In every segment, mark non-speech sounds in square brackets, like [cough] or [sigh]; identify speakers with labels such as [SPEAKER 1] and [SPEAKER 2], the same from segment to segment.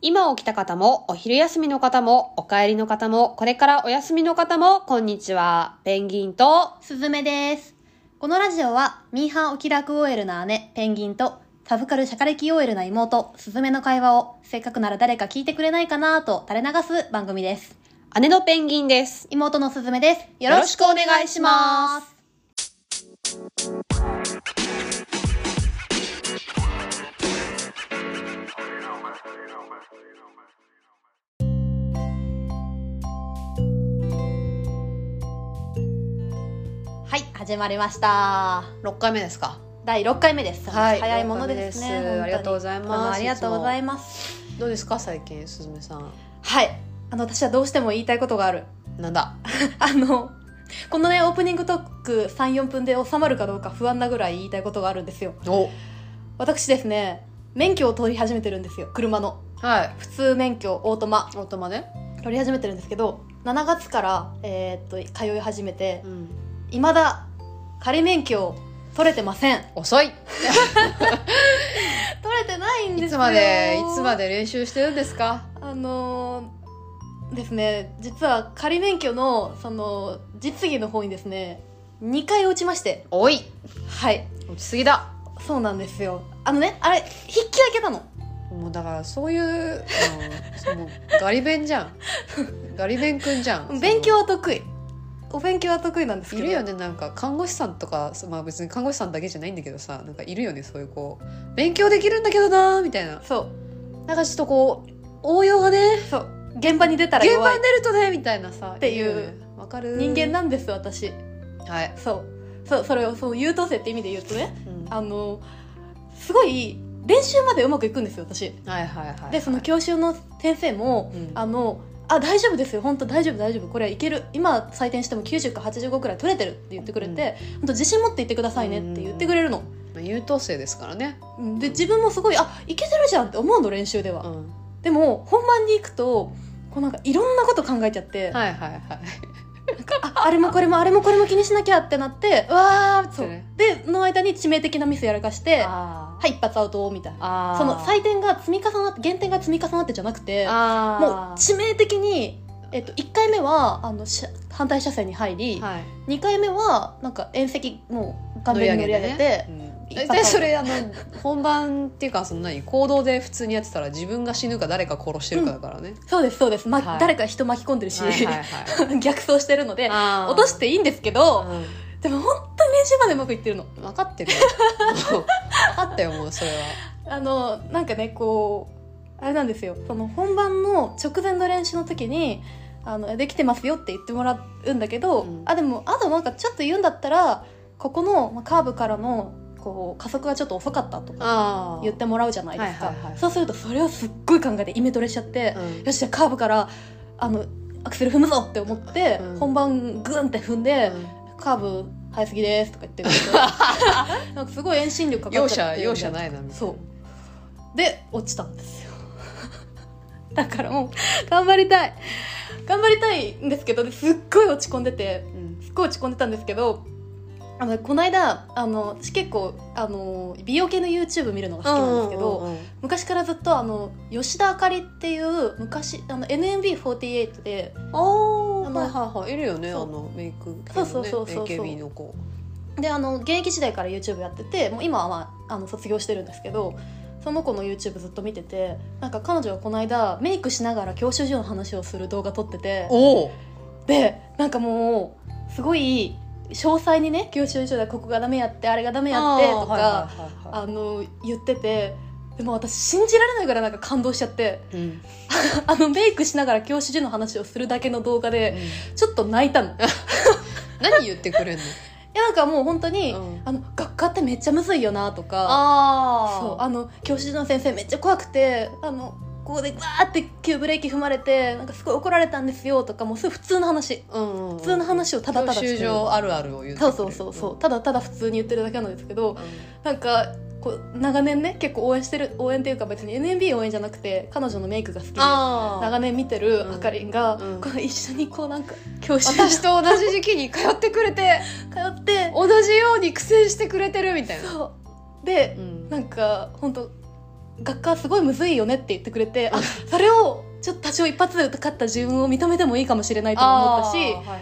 [SPEAKER 1] 今起きた方も、お昼休みの方も、お帰りの方も、これからお休みの方も、こんにちは。ペンギンと、
[SPEAKER 2] すずめです。このラジオは、ミーハーお気楽 OL な姉、ペンギンと、サブカルシャカレキ OL な妹、すずめの会話を、せっかくなら誰か聞いてくれないかなと垂れ流す番組です。
[SPEAKER 1] 姉のペンギンです。
[SPEAKER 2] 妹のすずめです。よろしく
[SPEAKER 1] くお願。
[SPEAKER 2] お願いしますす。はい、始まりました。
[SPEAKER 1] 6回目ですか。
[SPEAKER 2] 第六回目です。
[SPEAKER 1] はい
[SPEAKER 2] 早いものです
[SPEAKER 1] 六
[SPEAKER 2] ね
[SPEAKER 1] 回目です。
[SPEAKER 2] 本当に
[SPEAKER 1] ありがとうございます
[SPEAKER 2] どうもありがとうございます。
[SPEAKER 1] どうですか、最近、すずめさん。
[SPEAKER 2] はい、あの私はどうしても言いたいことがある。
[SPEAKER 1] なんだ。
[SPEAKER 2] あの、このね、オープニングトーク3、4分で収まるかどうか不安なぐらい言いたいことがあるんですよ。
[SPEAKER 1] お
[SPEAKER 2] 私ですね、免許を取り始めてるんですよ、車の。
[SPEAKER 1] はい。
[SPEAKER 2] 普通免許、オートマ、
[SPEAKER 1] オートマね。
[SPEAKER 2] 取り始めてるんですけど、7月から、えーっと、通い始めて
[SPEAKER 1] う、ん。
[SPEAKER 2] いまだ仮免許を取れてません。
[SPEAKER 1] 遅い
[SPEAKER 2] 取れてないん
[SPEAKER 1] い
[SPEAKER 2] ですよ。
[SPEAKER 1] つまで、いつまで練習してるんですか
[SPEAKER 2] あのーですね、実は仮免許の、その、実技の方にですね、2回落ちまして、
[SPEAKER 1] おい
[SPEAKER 2] はい。
[SPEAKER 1] 落ちすぎだ
[SPEAKER 2] そうなんですよあのねあれ筆記だけなの
[SPEAKER 1] もうだからそういう、あのもうガリ勉じゃんガリ勉くんじゃん
[SPEAKER 2] 勉強は得意お勉強は得意なんです
[SPEAKER 1] そ
[SPEAKER 2] け
[SPEAKER 1] の
[SPEAKER 2] ど
[SPEAKER 1] いるよねなんか看護師さんとかまあ別に看護師さんだけじゃないんだけどさなんかいるよねそういうこう勉強できるんだけどなーみたいな
[SPEAKER 2] そう
[SPEAKER 1] なんかちょっとこう応用がね
[SPEAKER 2] そう現場に出たら
[SPEAKER 1] 現
[SPEAKER 2] 弱
[SPEAKER 1] 場
[SPEAKER 2] い
[SPEAKER 1] に出るとねみたいなさ
[SPEAKER 2] っていう
[SPEAKER 1] るよねわかる
[SPEAKER 2] 人間なんです私
[SPEAKER 1] はい、
[SPEAKER 2] そうそうそれをそう優等生って意味で言うとね
[SPEAKER 1] うん
[SPEAKER 2] あのすごい練習までうまくいくんですよ私
[SPEAKER 1] はいはいはい
[SPEAKER 2] でその教習の先生も
[SPEAKER 1] うん
[SPEAKER 2] あのあ大丈夫ですよ本当大丈夫大丈夫これはいける今採点しても90か85くらい取れてるって言ってくれて、本当自信持って言ってくださいねって言ってくれるの、
[SPEAKER 1] まあ優等生ですからね、
[SPEAKER 2] で自分もすごいあいけてるじゃんって思うの練習では、
[SPEAKER 1] うん、
[SPEAKER 2] でも本番に行くとこうなんかいろんなこと考えちゃって、
[SPEAKER 1] はいはいはい
[SPEAKER 2] ああれもこれもあれもこれも気にしなきゃってなって
[SPEAKER 1] わー
[SPEAKER 2] そ
[SPEAKER 1] そうう
[SPEAKER 2] での間に致命的なミスやらかしては
[SPEAKER 1] あー
[SPEAKER 2] い一発アウトみたいな
[SPEAKER 1] あー
[SPEAKER 2] その採点が積み重なって減点が積み重なってじゃなくて
[SPEAKER 1] あ
[SPEAKER 2] もう致命的に、えっと、1回目はあのし反対車線に入り、
[SPEAKER 1] うはい
[SPEAKER 2] 2回目はなんか縁石もう完全に乗り上げて
[SPEAKER 1] えでそれあの本番っていうかその何行動で普通にやってたら自分が死ぬか誰か殺してるかだからね、
[SPEAKER 2] そうですそうです、ま
[SPEAKER 1] はい
[SPEAKER 2] 誰か人巻き込んでるし、
[SPEAKER 1] はい
[SPEAKER 2] [laughs]
[SPEAKER 1] はいは
[SPEAKER 2] 逆走してるので
[SPEAKER 1] いあー
[SPEAKER 2] 落としていいんですけど、
[SPEAKER 1] う
[SPEAKER 2] でも本当に練習までうまくいってるの。
[SPEAKER 1] ん分かってるよもう分かったよもうそれは
[SPEAKER 2] あのなんかねこうあれなんですよその本番の直前の練習の時にあのできてますよって言ってもらうんだけど、
[SPEAKER 1] うん
[SPEAKER 2] あでもあとなんかちょっと言うんだったらここのまあカーブからのこう加速がちょっと遅かったとか
[SPEAKER 1] あ
[SPEAKER 2] 言ってもらうじゃないですか、
[SPEAKER 1] はいはいはい
[SPEAKER 2] そうするとそれをすっごい考えてイメトレしちゃって、
[SPEAKER 1] うん
[SPEAKER 2] よしじゃあカーブからあのアクセル踏むぞって思って、
[SPEAKER 1] うん
[SPEAKER 2] 本番グンって踏んで、カーブ早すぎですとか言ってる
[SPEAKER 1] [laughs]
[SPEAKER 2] んですよなんかすごい遠心力かか
[SPEAKER 1] 容
[SPEAKER 2] っちゃっ
[SPEAKER 1] 赦
[SPEAKER 2] て
[SPEAKER 1] 容赦ないなみたいな
[SPEAKER 2] そうで落ちたんです
[SPEAKER 1] [laughs]
[SPEAKER 2] よだからもう頑張りたい頑張りたいんですけどですっごい落ち込んでて
[SPEAKER 1] うん
[SPEAKER 2] すっごい落ち込んでたんですけどあのこの間あの私結構あの美容系の YouTube 見るのが好きなんですけど、
[SPEAKER 1] うんうんうん
[SPEAKER 2] 昔からずっとあの吉田あかりっていう昔あの NMB48 で
[SPEAKER 1] あ
[SPEAKER 2] あ
[SPEAKER 1] ー
[SPEAKER 2] の
[SPEAKER 1] はいはいはいいるよねあ
[SPEAKER 2] そう
[SPEAKER 1] のメイク系
[SPEAKER 2] そう
[SPEAKER 1] の
[SPEAKER 2] そう
[SPEAKER 1] ね
[SPEAKER 2] そうそう
[SPEAKER 1] AKB の子
[SPEAKER 2] であの現役時代から YouTube やっててもう今は、まあ、あの卒業してるんですけどその子の YouTube ずっと見ててなんか彼女がこの間メイクしながら教習所の話をする動画撮ってて
[SPEAKER 1] おお
[SPEAKER 2] でなんかもうすごい詳細にね教習所でここがダメやってあれがダメやってとかあ,、の言っててでも私信じられないぐらいなんか感動しちゃって
[SPEAKER 1] うん
[SPEAKER 2] あのメイクしながら教習所の話をするだけの動画
[SPEAKER 1] う
[SPEAKER 2] で
[SPEAKER 1] ん
[SPEAKER 2] ちょっと泣いたの。い
[SPEAKER 1] 何言ってくれんの
[SPEAKER 2] やなんかもう本当に、
[SPEAKER 1] うん
[SPEAKER 2] あの学科ってめっちゃむずいよなとか
[SPEAKER 1] あ
[SPEAKER 2] そうあの教師の先生めっちゃ怖くてあのここでわーって急ブレーキ踏まれてなんかすごい怒られたんですよとかもうすごい普通の話
[SPEAKER 1] うんうん、
[SPEAKER 2] 普通の話をただただして
[SPEAKER 1] 教
[SPEAKER 2] る
[SPEAKER 1] 習所あるあるを言ってく
[SPEAKER 2] そ
[SPEAKER 1] れ
[SPEAKER 2] う
[SPEAKER 1] る
[SPEAKER 2] そうそうそう、ただただ普通に言ってるだけなんですけど
[SPEAKER 1] うん
[SPEAKER 2] なんかこう長年ね結構応援してる応援っていうか別に NMB 応援じゃなくて彼女のメイクが好きで
[SPEAKER 1] あ
[SPEAKER 2] 長
[SPEAKER 1] あ
[SPEAKER 2] 年見てるあかりんが、
[SPEAKER 1] うん
[SPEAKER 2] こう一緒にこうなんか教師
[SPEAKER 1] 私と同じ時期に通ってくれて
[SPEAKER 2] 通って
[SPEAKER 1] 同じように苦戦してくれてるみたいな
[SPEAKER 2] そうで
[SPEAKER 1] うん
[SPEAKER 2] なんか本当学科すごいむずいよねって言ってく
[SPEAKER 1] [laughs]
[SPEAKER 2] れてあそれをちょっと多少一発で受かった自分を認めてもいいかもしれないとも思った
[SPEAKER 1] あ
[SPEAKER 2] し
[SPEAKER 1] ーはいはいはい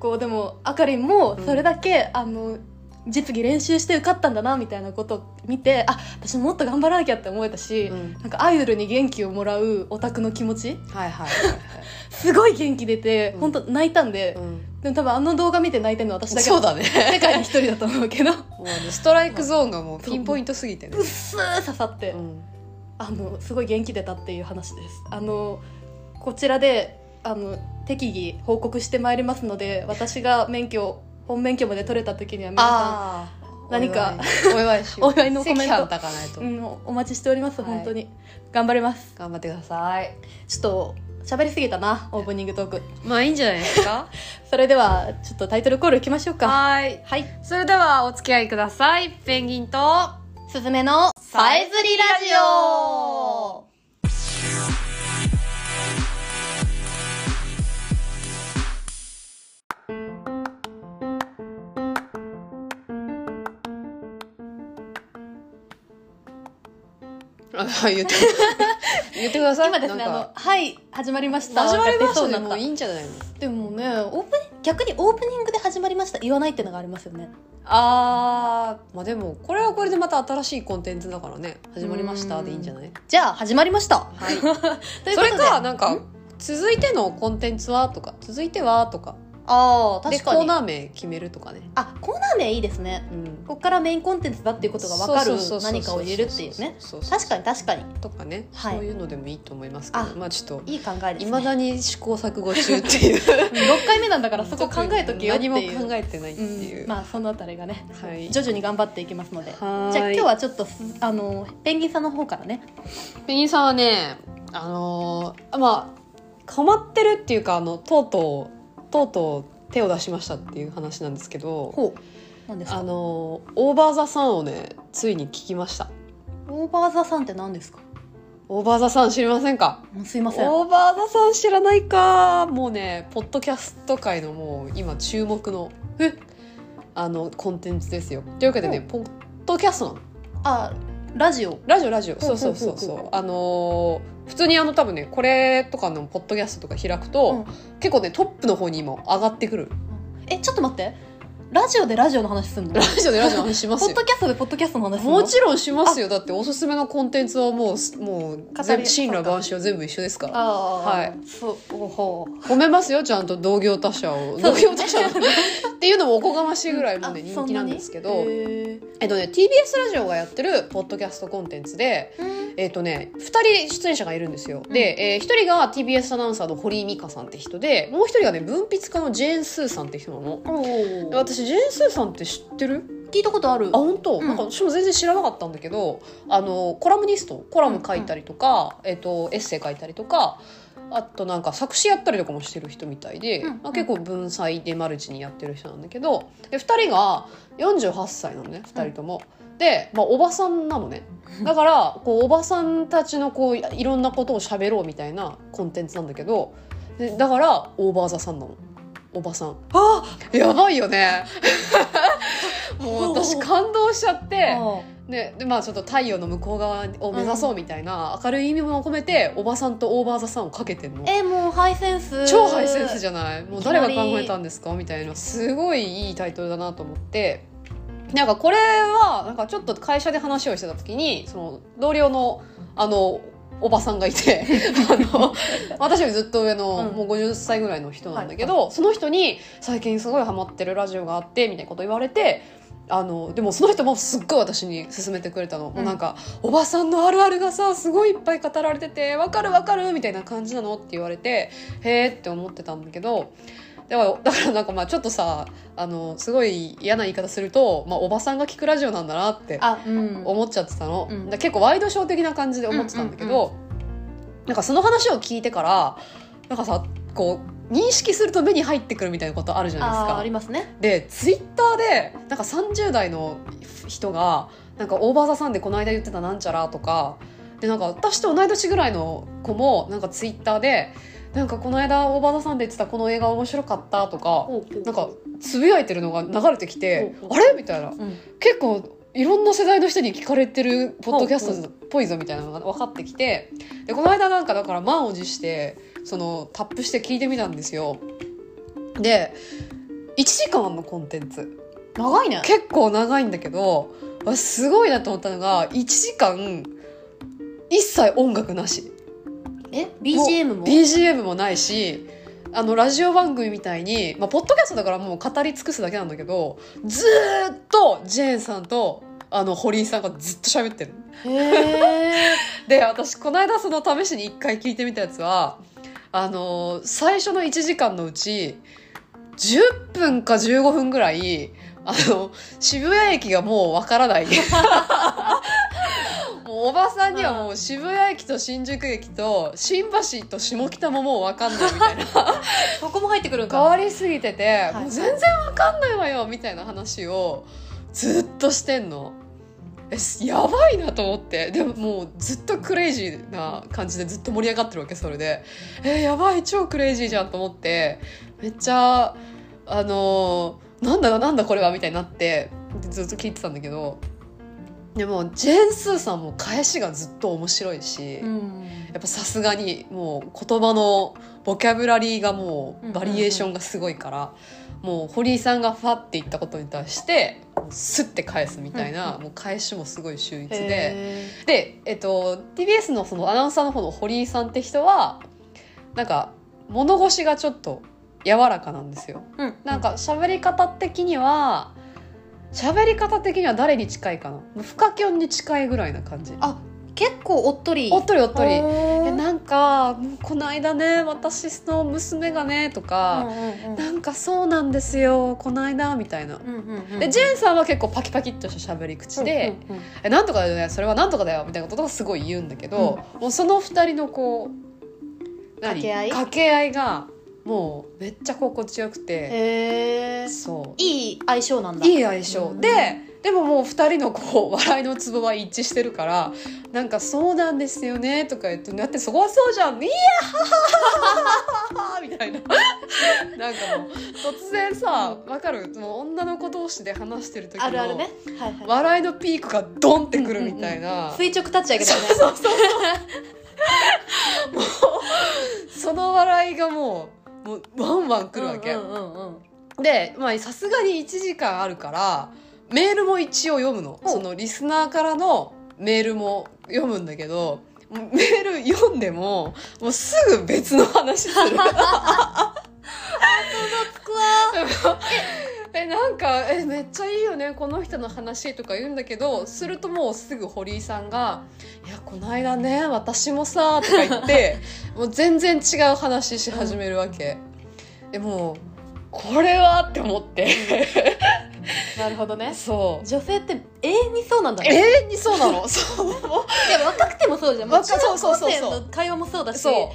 [SPEAKER 2] こうでもあかりんもそれだけ、あの実技練習して受かったんだなみたいなことを見てあ私もっと頑張らなきゃって思えたし、
[SPEAKER 1] うん
[SPEAKER 2] なんかアイドルに元気をもらうオタクの気持ち
[SPEAKER 1] はいはいはいはい
[SPEAKER 2] すごい元気出て、
[SPEAKER 1] うん
[SPEAKER 2] 本当泣いたんで、
[SPEAKER 1] うん
[SPEAKER 2] でも多分あの動画見て泣いてるの私だけ
[SPEAKER 1] そうだね
[SPEAKER 2] 世界に一人だと思うけどう
[SPEAKER 1] もうねストライクゾーンがもうピンポイントすぎてね
[SPEAKER 2] っすー刺さって、
[SPEAKER 1] うん
[SPEAKER 2] あのすごい元気出たっていう話ですあのこちらであの適宜報告してまいりますので私が免許本免許まで取れた時には皆さ
[SPEAKER 1] ああ
[SPEAKER 2] 何か
[SPEAKER 1] お祝いしよう
[SPEAKER 2] お祝いのコメント
[SPEAKER 1] 赤飯炊かないと、
[SPEAKER 2] ん、うん、お待ちしております
[SPEAKER 1] はい
[SPEAKER 2] 本当に、頑張ります
[SPEAKER 1] 頑張ってください
[SPEAKER 2] ちょっと喋りすぎたなオープニングトーク
[SPEAKER 1] まあいいんじゃない [laughs] ですか
[SPEAKER 2] それではちょっとタイトルコールいきましょうか
[SPEAKER 1] はい
[SPEAKER 2] はい
[SPEAKER 1] それではお付き合いくださいペンギンとは
[SPEAKER 2] すずめのさえずりラジオ
[SPEAKER 1] い言って [laughs] 言ってください
[SPEAKER 2] 今ですねあ
[SPEAKER 1] なん
[SPEAKER 2] の
[SPEAKER 1] か
[SPEAKER 2] 「はい始まりました」
[SPEAKER 1] 始まりました
[SPEAKER 2] そう
[SPEAKER 1] ね
[SPEAKER 2] なっ
[SPEAKER 1] もういいんじゃないの
[SPEAKER 2] でもねオープニング逆にオープニングで始まりました言わないっていうのがありますよね
[SPEAKER 1] あーまあでもこれはこれでまた新しいコンテンツだからね始まりましたでいいんじゃない
[SPEAKER 2] じゃあ始まりました
[SPEAKER 1] はい
[SPEAKER 2] という
[SPEAKER 1] そ
[SPEAKER 2] ことで
[SPEAKER 1] れかなんか続いてのコンテンツはとか続いてはとか
[SPEAKER 2] ああ
[SPEAKER 1] で
[SPEAKER 2] 確
[SPEAKER 1] コ
[SPEAKER 2] か
[SPEAKER 1] ー
[SPEAKER 2] に
[SPEAKER 1] ナー名決めるとかね
[SPEAKER 2] あコーナー名いいですね
[SPEAKER 1] うん
[SPEAKER 2] ここからメインコンテンツだっていうことが分かる
[SPEAKER 1] そうそうそうそう
[SPEAKER 2] 何かを入れるっていうね
[SPEAKER 1] そうそうそう
[SPEAKER 2] 確かに確かに
[SPEAKER 1] とかね、
[SPEAKER 2] はい
[SPEAKER 1] そういうのでもいいと思いますけど
[SPEAKER 2] あ
[SPEAKER 1] まあちょっと
[SPEAKER 2] いい考えです
[SPEAKER 1] いま
[SPEAKER 2] ね
[SPEAKER 1] だに試行錯誤中っていう
[SPEAKER 2] [laughs]
[SPEAKER 1] だ
[SPEAKER 2] 6回目なんだからそこ考えとけよって
[SPEAKER 1] 何
[SPEAKER 2] い
[SPEAKER 1] [laughs]
[SPEAKER 2] う
[SPEAKER 1] も考えてないっていう、
[SPEAKER 2] うんまあそのあたりがね、
[SPEAKER 1] はい
[SPEAKER 2] 徐々に頑張っていきますのでじ
[SPEAKER 1] はーい
[SPEAKER 2] ゃあ今日はちょっとすあのペンギンさんの方からね
[SPEAKER 1] ペンギンさんはねあのーまあハマってるっていうかあのとうとうとうとう手を出しましたっていう話なんですけど
[SPEAKER 2] ほう何です
[SPEAKER 1] あ
[SPEAKER 2] か
[SPEAKER 1] のーオーバー・ザ・サンをねついに聞きました
[SPEAKER 2] オーバーザさんって何ですか
[SPEAKER 1] オーバー・ザ・サン知りませんか
[SPEAKER 2] うんすいません
[SPEAKER 1] オーバー・ザ・サン知らないかもうねポッドキャスト界のもう今注目の
[SPEAKER 2] え
[SPEAKER 1] あのコンテンツですよというわけでねポッドキャストなの
[SPEAKER 2] あラジオ
[SPEAKER 1] ラジオラジオ
[SPEAKER 2] ん
[SPEAKER 1] そうそうそう
[SPEAKER 2] うんうん
[SPEAKER 1] そううあのー普通にあの多分ねこれとかのポッドキャストとか開くと、結構ねトップの方に今上がって [laughs] くる
[SPEAKER 2] えちょっと待ってラジオでラジオの話すん [laughs] の
[SPEAKER 1] ラジオでラジオの話しま
[SPEAKER 2] ポ
[SPEAKER 1] す
[SPEAKER 2] ッ
[SPEAKER 1] よ
[SPEAKER 2] ドキャストでポッドキャストの話すんの
[SPEAKER 1] もちろんしますよだっておすすめのコンテンツはもうすもう全
[SPEAKER 2] 語り
[SPEAKER 1] 部神羅万象全部一緒ですから
[SPEAKER 2] ああ
[SPEAKER 1] は
[SPEAKER 2] そうおほう
[SPEAKER 1] 褒めますよちゃんと同業他社を
[SPEAKER 2] そう
[SPEAKER 1] 同業他社 [laughs] をっていうのもおこがましいぐらいもうね
[SPEAKER 2] あ
[SPEAKER 1] 人気なんですけ
[SPEAKER 2] そ
[SPEAKER 1] ど
[SPEAKER 2] なにへ
[SPEAKER 1] えっとね TBS ラジオがやってるポッドキャストコンテンツで
[SPEAKER 2] ー
[SPEAKER 1] えっとね2人出演者がいるんですよ、で、え1人が TBS アナウンサーの堀井美香さんって人でもう1人がね文筆家のジェーン・スーさんって人なの
[SPEAKER 2] おー
[SPEAKER 1] で私ジェーン・スーさんって知ってる
[SPEAKER 2] 聞いたことある
[SPEAKER 1] あ本当、
[SPEAKER 2] うん
[SPEAKER 1] なんか私も全然知らなかったんだけどあのコラムニストコラム書いたりとか、えっと、エッセイ書いたりとかあとなんか作詞やったりとかもしてる人みたいで、
[SPEAKER 2] うん
[SPEAKER 1] まあ、結構文才でマルチにやってる人なんだけどで2人が48歳なのね2人とも。で、まあ、おばさんなの
[SPEAKER 2] [laughs]
[SPEAKER 1] ねだからこうおばさんたちのこういろんなことを喋ろうみたいなコンテンツなんだけどでだからオーバーザさんなのおばさん
[SPEAKER 2] あ
[SPEAKER 1] やばいよ
[SPEAKER 2] [laughs]
[SPEAKER 1] ねもう私感動しちゃって
[SPEAKER 2] あ
[SPEAKER 1] ねでまあちょっと太陽の向こう側を目指そうみたいな明るい意味も込めておばさんとオーバーザさんをかけてんの
[SPEAKER 2] えもうハイセンス
[SPEAKER 1] 超ハイセンス
[SPEAKER 2] ゃ
[SPEAKER 1] じゃないもう
[SPEAKER 2] いきなり
[SPEAKER 1] 誰が考えたんですかみたいなすごいいいタイトルだなと思ってなんかこれはなんかちょっと会社で話をしてた時にその同僚のあのおばさんがいてあの私よりずっと上の、
[SPEAKER 2] うん
[SPEAKER 1] もう50歳ぐらいの人なんだけど、その人に最近すごいハマってるラジオがあってみたいなこと言われてあのでもその人もすっごい私に勧めてくれたの、もうなんか「おばさんのあるあるがさすごいいっぱい語られててわかるわかる」みたいな感じなのって言われてへーって思ってたんだけどだからだからなんかまあちょっとさあのすごい嫌な言い方すると、まあ、おばさんが聞くラジオなんだなって
[SPEAKER 2] あうん
[SPEAKER 1] 思っちゃってたの、
[SPEAKER 2] うん
[SPEAKER 1] だから結構ワイドショー的な感じで思ってたんだけど、なんかその話を聞いてからなんかさこう認識すると目に入ってくるみたいなことあるじゃないです
[SPEAKER 2] あ
[SPEAKER 1] か
[SPEAKER 2] あ。りますね
[SPEAKER 1] でツイッターでなんか30代の人がなんかオーバーザさんでこの間言ってたなんちゃらとかでなんか私と同い年ぐらいの子もなんかツイッターでなんかこの間オーバーザさんで言ってたこの映画面白かったとか
[SPEAKER 2] おうおう
[SPEAKER 1] なんかつぶやいてるのが流れてきて
[SPEAKER 2] おうおう
[SPEAKER 1] あれみたいな
[SPEAKER 2] うん
[SPEAKER 1] 結構いろんな世代の人に聞かれてるポッドキャストっぽいぞみたいなのが分かってきてでこの間なんかだから満を持してそのタップして聞いてみたんですよで1時間のコンテンツ
[SPEAKER 2] 長いね
[SPEAKER 1] 結構長いんだけどわすごいなと思ったのが1時間一切音楽なし
[SPEAKER 2] え BGM も
[SPEAKER 1] BGM もないしあのラジオ番組みたいに、まあ、ポッドキャストだからもう語り尽くすだけなんだけどずーっとジェーンさんとあの堀井さんがずっと喋ってる
[SPEAKER 2] へえ
[SPEAKER 1] [laughs] で私この間その試しに1回聞いてみたやつはあのー最初の1時間のうち10分か15分ぐらいあの渋谷駅がもうわからないもうおばさんにはもう渋谷駅と新宿駅と新橋と下北ももうわかんないみたいな
[SPEAKER 2] そこも入ってくるん
[SPEAKER 1] 変
[SPEAKER 2] か
[SPEAKER 1] わりすぎてて、
[SPEAKER 2] い
[SPEAKER 1] もう全然わかんないわよみたいな話をずっとしてんのえすやばいなと思ってでももうずっとクレイジーな感じでずっと盛り上がってるわけそれでえやばい超クレイジーじゃんと思ってめっちゃあのーなんだなんだこれはみたいになってずっと聞いてたんだけどでもジェーン・スーさんも返しがずっと面白いし、
[SPEAKER 2] うん
[SPEAKER 1] やっぱさすがにもう言葉のボキャブラリーがもう
[SPEAKER 2] うんうんうん
[SPEAKER 1] バリエーションがすごいから、もう堀井さんがファって言ったことに対してスッて返すみたいな、
[SPEAKER 2] うんうん
[SPEAKER 1] もう返しもすごい秀逸で。
[SPEAKER 2] へー
[SPEAKER 1] で、えっと、TBS のそのアナウンサーの方の堀井さんって人はなんか物腰がちょっと柔らかなんですよ。
[SPEAKER 2] うん
[SPEAKER 1] なんか喋り方的には喋り方的には誰に近いかなフカキョンに近いぐらいな感じ。
[SPEAKER 2] あ結構おっとり
[SPEAKER 1] おっとりおっとり。え
[SPEAKER 2] え
[SPEAKER 1] なんかもうこの間ね私の娘がねとか、なんかそうなんですよこの間みたいな。でジェーンさんは結構パキパキっとした喋り口で、えなんとかだよねそれはなんとかだよみたいなことがすごい言うんだけど、もうその二人のこう何
[SPEAKER 2] 掛け合い
[SPEAKER 1] 掛け合いがもうめっちゃ心地よくて、
[SPEAKER 2] へえ
[SPEAKER 1] そう
[SPEAKER 2] いい相性なんだ
[SPEAKER 1] いい相性、
[SPEAKER 2] うん
[SPEAKER 1] ででももう2人のこう笑いのツボは一致してるからなんか「そうなんですよね」とか言って「だってそこはそうじゃん」「いやはははははは」 [laughs] みたいななんかもう突然さわかるもう女の子同士で話してる時の
[SPEAKER 2] あるあるねはいはい
[SPEAKER 1] 笑いのピークがドンってくるみたいな、
[SPEAKER 2] 垂直立ち上げだよね
[SPEAKER 1] その笑いがもうもうワンワンくるわけ。
[SPEAKER 2] うんうんうんうん
[SPEAKER 1] でまあさすがに1時間あるからメールも一応読むの
[SPEAKER 2] お
[SPEAKER 1] そのリスナーからのメールも読むんだけどメール読んでももうすぐ別の話する
[SPEAKER 2] くわ
[SPEAKER 1] [laughs] えなんかえめっちゃいいよねこの人の話とか言うんだけどするともうすぐ堀井さんが「いやこの間ね私もさ」とか言ってもう全然違う話し始めるわけ。でもうこれはって思って。
[SPEAKER 2] ーなるほどね
[SPEAKER 1] そう。
[SPEAKER 2] 女性って永遠にそうなんだね
[SPEAKER 1] 永遠にそうな
[SPEAKER 2] [laughs]
[SPEAKER 1] のそう
[SPEAKER 2] いや若くてもそうじゃんも
[SPEAKER 1] 若
[SPEAKER 2] ちろん
[SPEAKER 1] そう
[SPEAKER 2] 高
[SPEAKER 1] そうそう
[SPEAKER 2] 生
[SPEAKER 1] そう
[SPEAKER 2] の会話もそうだし
[SPEAKER 1] そう
[SPEAKER 2] 永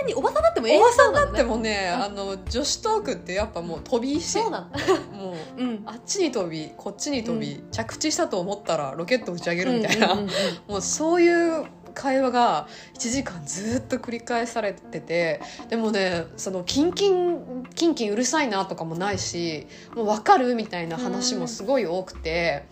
[SPEAKER 2] 遠におばさんだっても永遠
[SPEAKER 1] お
[SPEAKER 2] に
[SPEAKER 1] ばさ
[SPEAKER 2] そ
[SPEAKER 1] ん
[SPEAKER 2] う
[SPEAKER 1] だ
[SPEAKER 2] な
[SPEAKER 1] っ
[SPEAKER 2] の
[SPEAKER 1] て
[SPEAKER 2] ね
[SPEAKER 1] もねあの女子トークってやっぱもう飛び石
[SPEAKER 2] そうなの
[SPEAKER 1] もう
[SPEAKER 2] [laughs] うん
[SPEAKER 1] あっちに飛びこっちに飛び、着地したと思ったらロケット打ち上げるみたいな、
[SPEAKER 2] うんうんうんうん
[SPEAKER 1] もうそういう会話が1時間ずっと繰り返されててでもねそのキンキンキンキンうるさいなとかもないしもう分かるみたいな話もすごい多くて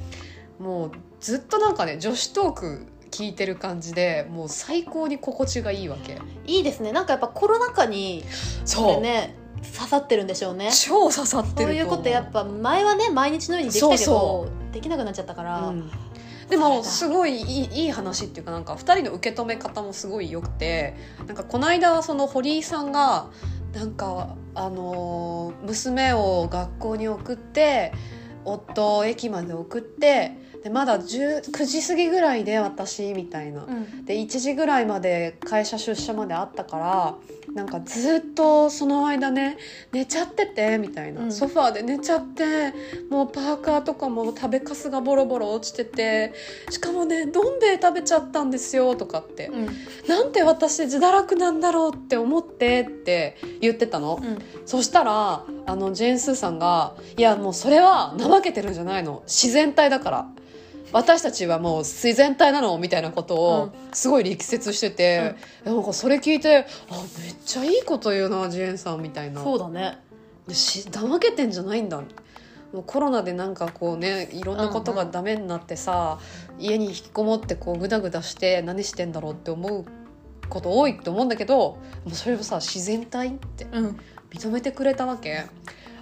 [SPEAKER 1] もうずっとなんかね女子トーク聞いてる感じでもう最高に心地がいいわけ。
[SPEAKER 2] いいですねなんかやっぱコロナ禍にこ
[SPEAKER 1] そ
[SPEAKER 2] れ
[SPEAKER 1] う、
[SPEAKER 2] ね刺さってるんでしょうね
[SPEAKER 1] 超刺さって
[SPEAKER 2] そう
[SPEAKER 1] る
[SPEAKER 2] いう
[SPEAKER 1] 思
[SPEAKER 2] ことやっぱ前はね毎日のようにできたけど
[SPEAKER 1] そうそ
[SPEAKER 2] できなくなっちゃったから、
[SPEAKER 1] うんでもすごいいいいい話っていうかなんか2人の受け止め方もすごい良くてなんかこの間はその堀井さんがなんかあのー娘を学校に送って夫を駅まで送ってでまだ10 9時過ぎぐらいで私みたいな
[SPEAKER 2] うん
[SPEAKER 1] で1時ぐらいまで会社出社まであったからなんかずっとその間ね寝ちゃっててみたいな、
[SPEAKER 2] うん
[SPEAKER 1] ソファーで寝ちゃってもうパーカーとかも食べかすがボロボロ落ちててしかもねどん兵衛食べちゃったんですよとかって、
[SPEAKER 2] うん
[SPEAKER 1] なんて私自堕落なんだろうって思ってって言ってたの、
[SPEAKER 2] うん
[SPEAKER 1] そしたらあのジェーン・スーさんが「いやもうそれは怠けてるんじゃないの自然体だから」私たちはもう自然体なのみたいなことをすごい力説してて、なんかそれ聞いてあめっちゃいいこと言うなジェーンさんみたいな
[SPEAKER 2] そうだね
[SPEAKER 1] し怠けてんじゃないんだもうコロナでなんかこうねいろんなことがダメになってさ、家に引きこもってこうグダグダして何してんだろうって思うこと多いと思うんだけどもうそれをさ自然体って
[SPEAKER 2] うんうん
[SPEAKER 1] 認めてくれたわけ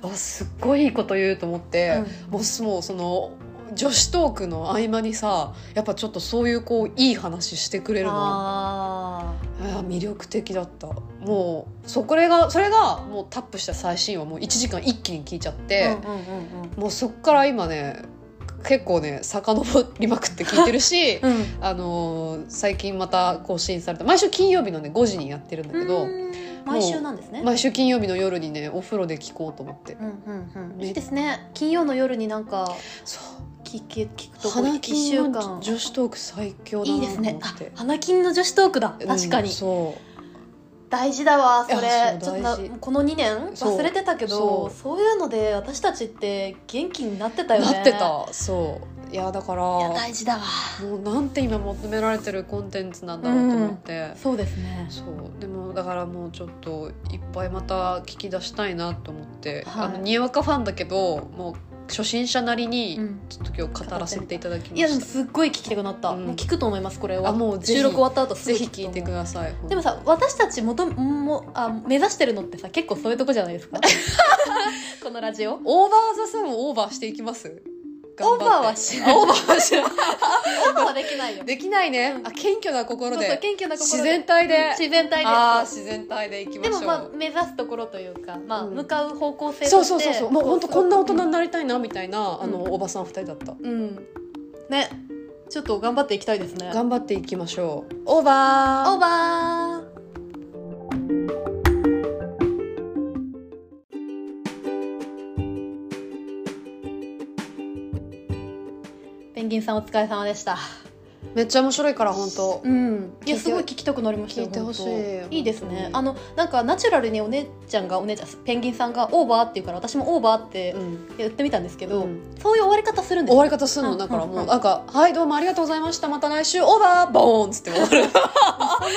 [SPEAKER 1] あすっごいいいこと言うと思って、もうもうその女子トークの合間にさやっぱちょっとそういうこういい話してくれるの
[SPEAKER 2] あ
[SPEAKER 1] あー魅力的だったもうそこれがそれがもうタップした最新話もう1時間一気に聞いちゃっ
[SPEAKER 2] ー
[SPEAKER 1] て、
[SPEAKER 2] うんうんうん
[SPEAKER 1] もうそこから今ね結構ね遡りまくって聞いてる
[SPEAKER 2] [laughs]
[SPEAKER 1] し
[SPEAKER 2] うん
[SPEAKER 1] あのー最近また更新された毎週金曜日のね5時にやってるんだけど、
[SPEAKER 2] うん毎週なんですね、
[SPEAKER 1] 毎週金曜日の夜にねお風呂で聞こうと思って、
[SPEAKER 2] うんうんうん、いいですね金曜の夜になんか
[SPEAKER 1] そう
[SPEAKER 2] 聞け聞くとこ
[SPEAKER 1] 花
[SPEAKER 2] 一週
[SPEAKER 1] 金の
[SPEAKER 2] 間
[SPEAKER 1] 女子トーク最強だ
[SPEAKER 2] いい
[SPEAKER 1] な
[SPEAKER 2] で
[SPEAKER 1] と
[SPEAKER 2] す
[SPEAKER 1] 思
[SPEAKER 2] ね
[SPEAKER 1] っ
[SPEAKER 2] あ
[SPEAKER 1] て。
[SPEAKER 2] 花金の女子トークだ確かに、
[SPEAKER 1] うんそう
[SPEAKER 2] 大事だわそ
[SPEAKER 1] いや
[SPEAKER 2] れち
[SPEAKER 1] そ
[SPEAKER 2] ょ
[SPEAKER 1] う大
[SPEAKER 2] っとな
[SPEAKER 1] 事
[SPEAKER 2] この2年
[SPEAKER 1] そう
[SPEAKER 2] 忘れてたけ
[SPEAKER 1] そ
[SPEAKER 2] どそうういうので私たちって元気になってたよね
[SPEAKER 1] なってたそういやだから
[SPEAKER 2] いや大事だわ
[SPEAKER 1] もうなんて今求められてるコンテンツなんだろうと思って、
[SPEAKER 2] そうですね
[SPEAKER 1] そうでもだからもうちょっといっぱいまた聞き出したいなと思って、
[SPEAKER 2] はい
[SPEAKER 1] あのにわかファンだけどもう初心者なり
[SPEAKER 2] う
[SPEAKER 1] に
[SPEAKER 2] ん
[SPEAKER 1] ちょっと今日語らせていただきま
[SPEAKER 2] いやで
[SPEAKER 1] し
[SPEAKER 2] も
[SPEAKER 1] た、
[SPEAKER 2] すっごい聞きたくなった、
[SPEAKER 1] うん
[SPEAKER 2] もう聞くと思いますこれ
[SPEAKER 1] あ
[SPEAKER 2] は
[SPEAKER 1] もうぜひ
[SPEAKER 2] 収録終わった後す
[SPEAKER 1] ぜ
[SPEAKER 2] ぐ
[SPEAKER 1] ひ聞いてく
[SPEAKER 2] さ
[SPEAKER 1] ださい
[SPEAKER 2] いでもさ私たちもともあ目指してるのってさ結構そういうとこじゃな
[SPEAKER 1] [laughs]
[SPEAKER 2] いですかこのラジオ
[SPEAKER 1] オーバーザさんをオーバーしていきます
[SPEAKER 2] オ
[SPEAKER 1] 頑張っ
[SPEAKER 2] ー
[SPEAKER 1] て
[SPEAKER 2] バーはしない
[SPEAKER 1] あ
[SPEAKER 2] オ
[SPEAKER 1] オーバーはしない
[SPEAKER 2] ーバーはできないよ
[SPEAKER 1] できないねあ謙虚な
[SPEAKER 2] [laughs] そう
[SPEAKER 1] 心
[SPEAKER 2] そう
[SPEAKER 1] で
[SPEAKER 2] 謙虚な心
[SPEAKER 1] 自然体で
[SPEAKER 2] 自然体で
[SPEAKER 1] ああ自然体でいきまし
[SPEAKER 2] で
[SPEAKER 1] ょう
[SPEAKER 2] もまあ目指すところというか、まあ、
[SPEAKER 1] うん
[SPEAKER 2] 向かう方向性として
[SPEAKER 1] そうそうそうそうもう本当こんな大人に
[SPEAKER 2] な
[SPEAKER 1] なりたいなみたいな、あの
[SPEAKER 2] うん
[SPEAKER 1] おばさん二人だった
[SPEAKER 2] うんねちょっと頑張っていきたいですね
[SPEAKER 1] 頑張っていきましょうオーバー
[SPEAKER 2] オーバーペンギンさんお疲れ様でした
[SPEAKER 1] めっちゃ面白いから本当
[SPEAKER 2] うんい
[SPEAKER 1] 聞い
[SPEAKER 2] や
[SPEAKER 1] て
[SPEAKER 2] すごい聞きたくなりましたよ
[SPEAKER 1] 聞いてほしい
[SPEAKER 2] 本当いいです
[SPEAKER 1] 本当
[SPEAKER 2] ね
[SPEAKER 1] に
[SPEAKER 2] あのなんかナチュラルにお姉ちゃんがお姉ちゃんペンギンさんがオーバーって言うから私もオーバーって
[SPEAKER 1] うん
[SPEAKER 2] やってみたんですけど、
[SPEAKER 1] うん
[SPEAKER 2] そういう終わり方するんです
[SPEAKER 1] 終
[SPEAKER 2] よ
[SPEAKER 1] わり方するの
[SPEAKER 2] うん
[SPEAKER 1] だから
[SPEAKER 2] うん
[SPEAKER 1] も
[SPEAKER 2] う
[SPEAKER 1] うんなんか「はいどうもありがとうございましたまた来週オーバーボーン!」っつって終わ
[SPEAKER 2] [laughs]
[SPEAKER 1] る
[SPEAKER 2] あの
[SPEAKER 1] す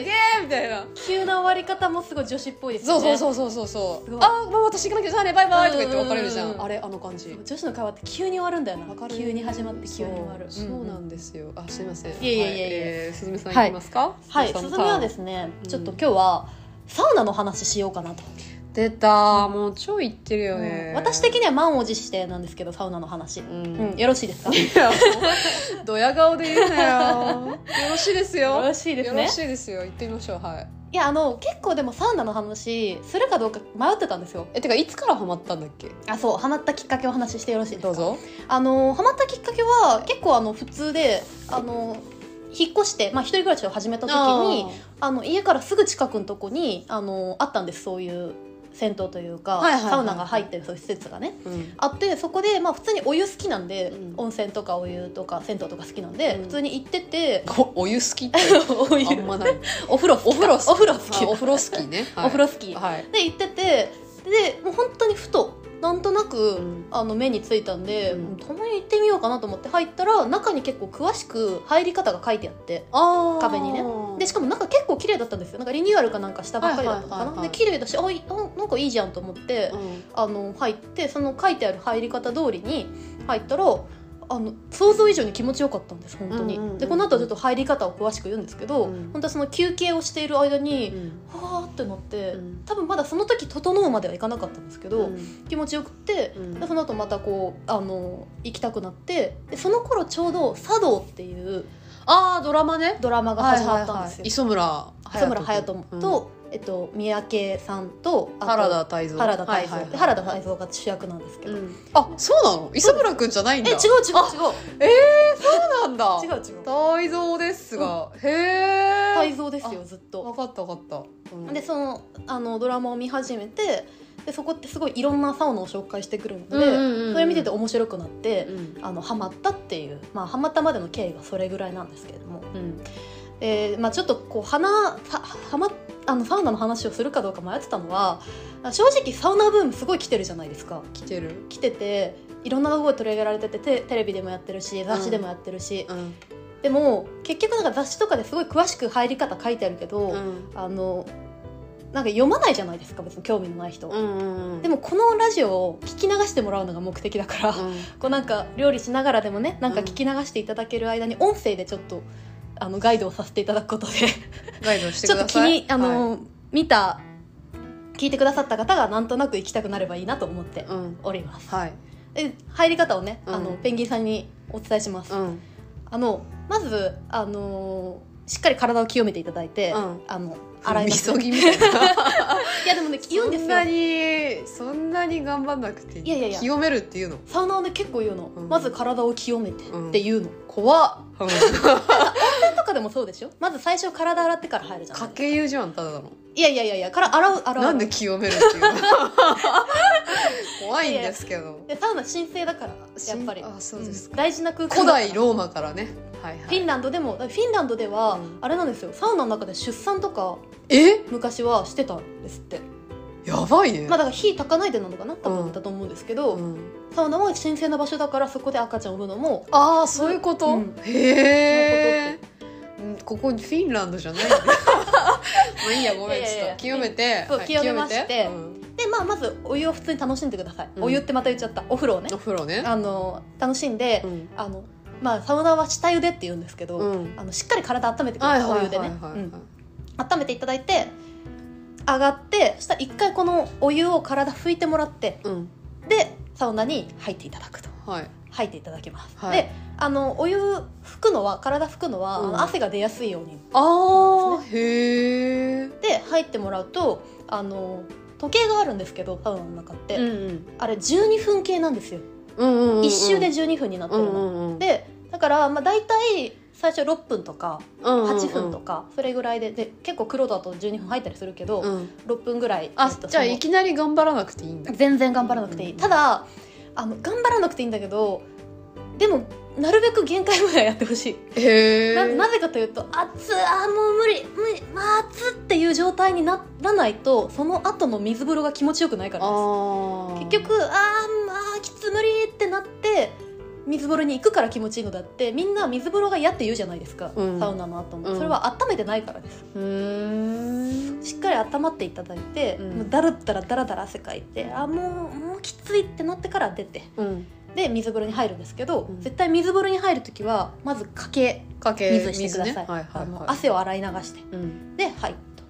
[SPEAKER 1] げ
[SPEAKER 2] ね
[SPEAKER 1] ーみたいな
[SPEAKER 2] 急な終わり方もすごい女子っぽいです
[SPEAKER 1] そ
[SPEAKER 2] よ
[SPEAKER 1] うそう
[SPEAKER 2] ね
[SPEAKER 1] そうそうそうそ
[SPEAKER 2] す
[SPEAKER 1] う
[SPEAKER 2] ごい
[SPEAKER 1] あもう私行かなきゃじゃあねバイバイとか言って別れるじゃ
[SPEAKER 2] うんうん
[SPEAKER 1] ん
[SPEAKER 2] うん
[SPEAKER 1] あれあの感じ
[SPEAKER 2] 女子の会話って急に終わるんだよ
[SPEAKER 1] わ
[SPEAKER 2] な
[SPEAKER 1] かる
[SPEAKER 2] 急に始まって急に終わる
[SPEAKER 1] そうそうなんんですよあすみません
[SPEAKER 2] いえいえいえいえ
[SPEAKER 1] はえーすずめさん行きますか
[SPEAKER 2] はい
[SPEAKER 1] すず
[SPEAKER 2] す
[SPEAKER 1] めさ
[SPEAKER 2] ず
[SPEAKER 1] んの
[SPEAKER 2] め
[SPEAKER 1] ターン
[SPEAKER 2] はですね
[SPEAKER 1] うん
[SPEAKER 2] ちょっと今日はサウナの話しようかなと、
[SPEAKER 1] 出たもう超行ってるよね
[SPEAKER 2] うん私的には満を持してなんですけどサウナの話、
[SPEAKER 1] う
[SPEAKER 2] うん
[SPEAKER 1] ん
[SPEAKER 2] よろしいですかよ
[SPEAKER 1] いやもうドヤ顔で言うなよよろしいですよ
[SPEAKER 2] ろしいです
[SPEAKER 1] よろ
[SPEAKER 2] ね
[SPEAKER 1] しいですよ行ってみましょうはい
[SPEAKER 2] いやあの結構でもサウナの話するかどうか迷ってたんですよ
[SPEAKER 1] えてかいつからハマったんだっけ
[SPEAKER 2] あそうハマったきっかけをお話ししてよろしいですか
[SPEAKER 1] どうぞ
[SPEAKER 2] あのハマったきっかけは結構あの普通であの引っ越して、まあ、一人暮らしを始めた時にあの家からすぐ近くのとこにあのあったんですそういう銭湯というか、
[SPEAKER 1] はいはいはい
[SPEAKER 2] サウナが入ってるそういう施設がね
[SPEAKER 1] あーうん
[SPEAKER 2] あってそこで、まあ、普通にお湯好きなんで、
[SPEAKER 1] うん
[SPEAKER 2] 温泉とかお湯とか銭湯とか好きなんで、
[SPEAKER 1] うん
[SPEAKER 2] 普通に行って
[SPEAKER 1] [laughs]
[SPEAKER 2] て
[SPEAKER 1] おお湯好きって
[SPEAKER 2] お湯
[SPEAKER 1] あんまない
[SPEAKER 2] お風呂好
[SPEAKER 1] お
[SPEAKER 2] き
[SPEAKER 1] 風呂好き
[SPEAKER 2] お風呂好き、
[SPEAKER 1] あお風呂好きねはい
[SPEAKER 2] お風呂好き
[SPEAKER 1] はい
[SPEAKER 2] で行っててでもう本当にふとなんとなく、
[SPEAKER 1] うん
[SPEAKER 2] あの目についたんで、
[SPEAKER 1] うん
[SPEAKER 2] たまに行ってみようかなと思って入ったら中に結構詳しく入り方が書いてあって
[SPEAKER 1] あー
[SPEAKER 2] 壁にねでしかもなんか結構綺麗だったんですよなんかリニューアルかなんかしたばっかりだったのかな、
[SPEAKER 1] はいはいはいはい
[SPEAKER 2] で綺麗だしあいあなんかいいじゃんと思って、
[SPEAKER 1] うん
[SPEAKER 2] あの入ってその書いてある入り方通りに入ったらあの想像以上に気持ちよかったんです本当に、
[SPEAKER 1] うんうんうん
[SPEAKER 2] でこの後ちょっと入り方を詳しく言うんですけど、
[SPEAKER 1] うん
[SPEAKER 2] 本当はその休憩をしている間
[SPEAKER 1] う
[SPEAKER 2] に、
[SPEAKER 1] ん
[SPEAKER 2] ふわーってなって、
[SPEAKER 1] うん
[SPEAKER 2] 多分まだその時整うまではいかなかったんですけど、
[SPEAKER 1] うん
[SPEAKER 2] 気持ちよくって、
[SPEAKER 1] うん
[SPEAKER 2] でその後またこうあの行きたくなってでその頃ちょうど「茶道」っていう
[SPEAKER 1] あードラマね
[SPEAKER 2] ドラマが始まったんですよ。
[SPEAKER 1] 磯村
[SPEAKER 2] 磯村隼人
[SPEAKER 1] うん
[SPEAKER 2] と、えっと、三宅さんとあと
[SPEAKER 1] 原田泰造
[SPEAKER 2] 原田泰造、
[SPEAKER 1] はいはいはい
[SPEAKER 2] 原田泰造が主役なんですけ
[SPEAKER 1] う
[SPEAKER 2] ど、
[SPEAKER 1] んあそうなの磯村くんじゃないん
[SPEAKER 2] え
[SPEAKER 1] だ
[SPEAKER 2] 違う違う
[SPEAKER 1] そうなんだ
[SPEAKER 2] 違う違う違う
[SPEAKER 1] 泰造ですが、へえ
[SPEAKER 2] 泰造ですよずっと
[SPEAKER 1] 分かった分かった、うん
[SPEAKER 2] でそのあのドラマを見始めてでそこってすごいいろんなサウナを紹介してくるので、
[SPEAKER 1] うんうんうんうん
[SPEAKER 2] それ見てて面白くなって
[SPEAKER 1] う、ん
[SPEAKER 2] あのハマったっていうまあハマったまでの経緯がそれぐらいなんですけれども、
[SPEAKER 1] うん
[SPEAKER 2] えーまあ、ちょっとこう花さはまあのサウナの話をするかどうか迷ってたのは正直サウナブームすごい来てるじゃないですか
[SPEAKER 1] 来てる
[SPEAKER 2] 来てていろんな動き取り上げられててテテレビでもやってるし雑誌でもやってるし、
[SPEAKER 1] うん
[SPEAKER 2] でも結局なんか雑誌とかですごい詳しく入り方書いてあるけど、
[SPEAKER 1] うん
[SPEAKER 2] あのなんか読まないじゃないですか別に興味のない人、
[SPEAKER 1] うんうんうん
[SPEAKER 2] でもこのラジオを聞き流してもらうのが目的だから、
[SPEAKER 1] うん
[SPEAKER 2] こうなんか料理しながらでもねなんか聞き流していただける間に音声でちょっとあのガイドをさせていただくことで
[SPEAKER 1] ガイドして
[SPEAKER 2] ちょ
[SPEAKER 1] く
[SPEAKER 2] っと
[SPEAKER 1] だ
[SPEAKER 2] 気
[SPEAKER 1] さい
[SPEAKER 2] にあの、見た聞いてくださった方がなんとなく行きたくなればいいなと思って
[SPEAKER 1] はいうん
[SPEAKER 2] おります、
[SPEAKER 1] はい
[SPEAKER 2] で入り方をね、
[SPEAKER 1] うん
[SPEAKER 2] あのペンギンさんにお伝えします、
[SPEAKER 1] うん
[SPEAKER 2] あのまずあのしっかり体を清めていただいて、
[SPEAKER 1] うん
[SPEAKER 2] あの洗い
[SPEAKER 1] み
[SPEAKER 2] ます
[SPEAKER 1] そぎみたいな
[SPEAKER 2] いやでもね言うんです
[SPEAKER 1] そん
[SPEAKER 2] よ
[SPEAKER 1] なにそんなに頑張んなくてい
[SPEAKER 2] いやいやいや
[SPEAKER 1] 清めるって
[SPEAKER 2] [laughs]
[SPEAKER 1] いうの
[SPEAKER 2] サウナはね結構言うの、
[SPEAKER 1] うん
[SPEAKER 2] まず体を清めてっていうの、
[SPEAKER 1] 怖っ、
[SPEAKER 2] なんとかでもそうでしょまず最初体洗ってから入るじゃ
[SPEAKER 1] 家
[SPEAKER 2] ん
[SPEAKER 1] 計湯じゃんただの
[SPEAKER 2] いやいやいやいやから洗う洗う
[SPEAKER 1] なんで清めるっていうの
[SPEAKER 2] [laughs]
[SPEAKER 1] 怖いんですけど
[SPEAKER 2] でサウナ神聖だからやっぱり
[SPEAKER 1] あそうです
[SPEAKER 2] うん大事な空間
[SPEAKER 1] 古
[SPEAKER 2] だから
[SPEAKER 1] 代ローマからねはいは
[SPEAKER 2] フィン
[SPEAKER 1] い
[SPEAKER 2] ランドでもだからフィンランドでは、
[SPEAKER 1] うん
[SPEAKER 2] あれなんですよサウナの中で出産とか
[SPEAKER 1] え
[SPEAKER 2] 昔はしてたんですって、
[SPEAKER 1] やばいね
[SPEAKER 2] まあだから火焚かないでなのかな多
[SPEAKER 1] う
[SPEAKER 2] 分
[SPEAKER 1] ん
[SPEAKER 2] だと思うんですけど、
[SPEAKER 1] うん
[SPEAKER 2] サウナは神聖な場所だからそこで赤ちゃんを産むのも
[SPEAKER 1] ああそういうこと、
[SPEAKER 2] うん
[SPEAKER 1] へえここフィンランドじゃないまあいいやごめん
[SPEAKER 2] いやいやい
[SPEAKER 1] ち
[SPEAKER 2] や
[SPEAKER 1] ょっと清めて
[SPEAKER 2] そう
[SPEAKER 1] はい
[SPEAKER 2] 清めまして
[SPEAKER 1] うん
[SPEAKER 2] で、まあ、まずお湯を普通に楽しんでください、
[SPEAKER 1] うん
[SPEAKER 2] お湯ってまた言っちゃったお風呂をね
[SPEAKER 1] お風呂ね
[SPEAKER 2] あの楽しんで、
[SPEAKER 1] うん
[SPEAKER 2] あのまあサウナは下茹でって言うんですけど、
[SPEAKER 1] うん
[SPEAKER 2] あのしっかり体温めてくだ
[SPEAKER 1] はい
[SPEAKER 2] さい、
[SPEAKER 1] はい
[SPEAKER 2] お
[SPEAKER 1] は
[SPEAKER 2] 湯
[SPEAKER 1] い
[SPEAKER 2] でね、
[SPEAKER 1] は
[SPEAKER 2] うん
[SPEAKER 1] い
[SPEAKER 2] 温めていただいて上がってそしたら一回このお湯を体拭いてもらって
[SPEAKER 1] うん
[SPEAKER 2] でサウナに入っていただくと
[SPEAKER 1] はい
[SPEAKER 2] 入っていただきます、
[SPEAKER 1] はい
[SPEAKER 2] であのお湯拭くのは体拭くのは、
[SPEAKER 1] うん
[SPEAKER 2] あの汗が出やすいように
[SPEAKER 1] ああへえ
[SPEAKER 2] で入ってもらうとあの時計があるんですけどサウナの中って、
[SPEAKER 1] うん
[SPEAKER 2] あれ12分計なんですよ、
[SPEAKER 1] うんうんうんうん
[SPEAKER 2] 一周で12分になって
[SPEAKER 1] うん
[SPEAKER 2] る
[SPEAKER 1] う
[SPEAKER 2] の、
[SPEAKER 1] んうん
[SPEAKER 2] でだからまあ大体最初6分とか8
[SPEAKER 1] 8
[SPEAKER 2] 分とかそれぐらいでで結構黒だと12分入ったりするけど、
[SPEAKER 1] うん、
[SPEAKER 2] 6分ぐらい
[SPEAKER 1] あ
[SPEAKER 2] えっと
[SPEAKER 1] じゃあ
[SPEAKER 2] その
[SPEAKER 1] いきなり頑張らなくていいんだ
[SPEAKER 2] 全然頑張らなくていい、
[SPEAKER 1] うん
[SPEAKER 2] ただあの頑張らなくていいんだけどでもなるべく限界までやってほしい、
[SPEAKER 1] へえ
[SPEAKER 2] ななぜかというと「熱あーもう無理無理まあ熱っ」っていう状態にならないとその後の水風呂が気持ちよくないからで
[SPEAKER 1] あ
[SPEAKER 2] す結局「あーまあきつ無理」ってなって水風呂に行くから気持ちいいのだってみんな水風呂が嫌って言うじゃないですか、
[SPEAKER 1] うん
[SPEAKER 2] サウナの後も、
[SPEAKER 1] うん
[SPEAKER 2] それは温めてないからです
[SPEAKER 1] うーん
[SPEAKER 2] しっかり温まっていただいて、
[SPEAKER 1] うん
[SPEAKER 2] もうだるったらだらだら汗かいてあーもうもうきついってなってから出て
[SPEAKER 1] うん
[SPEAKER 2] で水風呂に入るんですけど、
[SPEAKER 1] うん
[SPEAKER 2] 絶対水風呂に入る時はまずかけ
[SPEAKER 1] かけ
[SPEAKER 2] 水してください,、
[SPEAKER 1] 水ねはいはい
[SPEAKER 2] あ
[SPEAKER 1] はい
[SPEAKER 2] の汗を洗い流して
[SPEAKER 1] うん
[SPEAKER 2] で入ると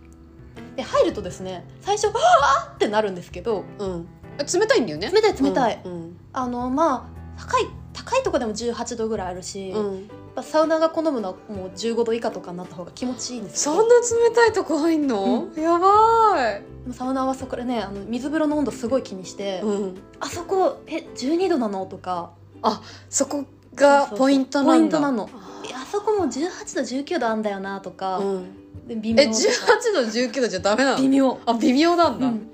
[SPEAKER 2] で入るとですね最初「はあ!」ってなるんですけど
[SPEAKER 1] うん冷たいんだよね
[SPEAKER 2] 冷たい冷たい、
[SPEAKER 1] うん
[SPEAKER 2] あのまあ高い高いとこでも18度ぐらいあるし、
[SPEAKER 1] うん
[SPEAKER 2] やっ
[SPEAKER 1] うん
[SPEAKER 2] ぱサウナが好むのはもう15度以下とかになった方が気持ちいいんです
[SPEAKER 1] そ
[SPEAKER 2] よ
[SPEAKER 1] んな冷たいとこ入んの、やばい、
[SPEAKER 2] でもサウナはそこでねあの水風呂の温度すごい気にして、
[SPEAKER 1] うん、
[SPEAKER 2] あそこえ12度なのとか
[SPEAKER 1] そこがポイントなんだ
[SPEAKER 2] そうそうそうポイントえあそこも18度19度あんだよなとか、
[SPEAKER 1] うん、
[SPEAKER 2] で微妙
[SPEAKER 1] え
[SPEAKER 2] と
[SPEAKER 1] 18
[SPEAKER 2] か
[SPEAKER 1] 度19度じゃダメなの
[SPEAKER 2] 微妙、
[SPEAKER 1] あ微妙なん
[SPEAKER 2] う
[SPEAKER 1] だ、
[SPEAKER 2] ん、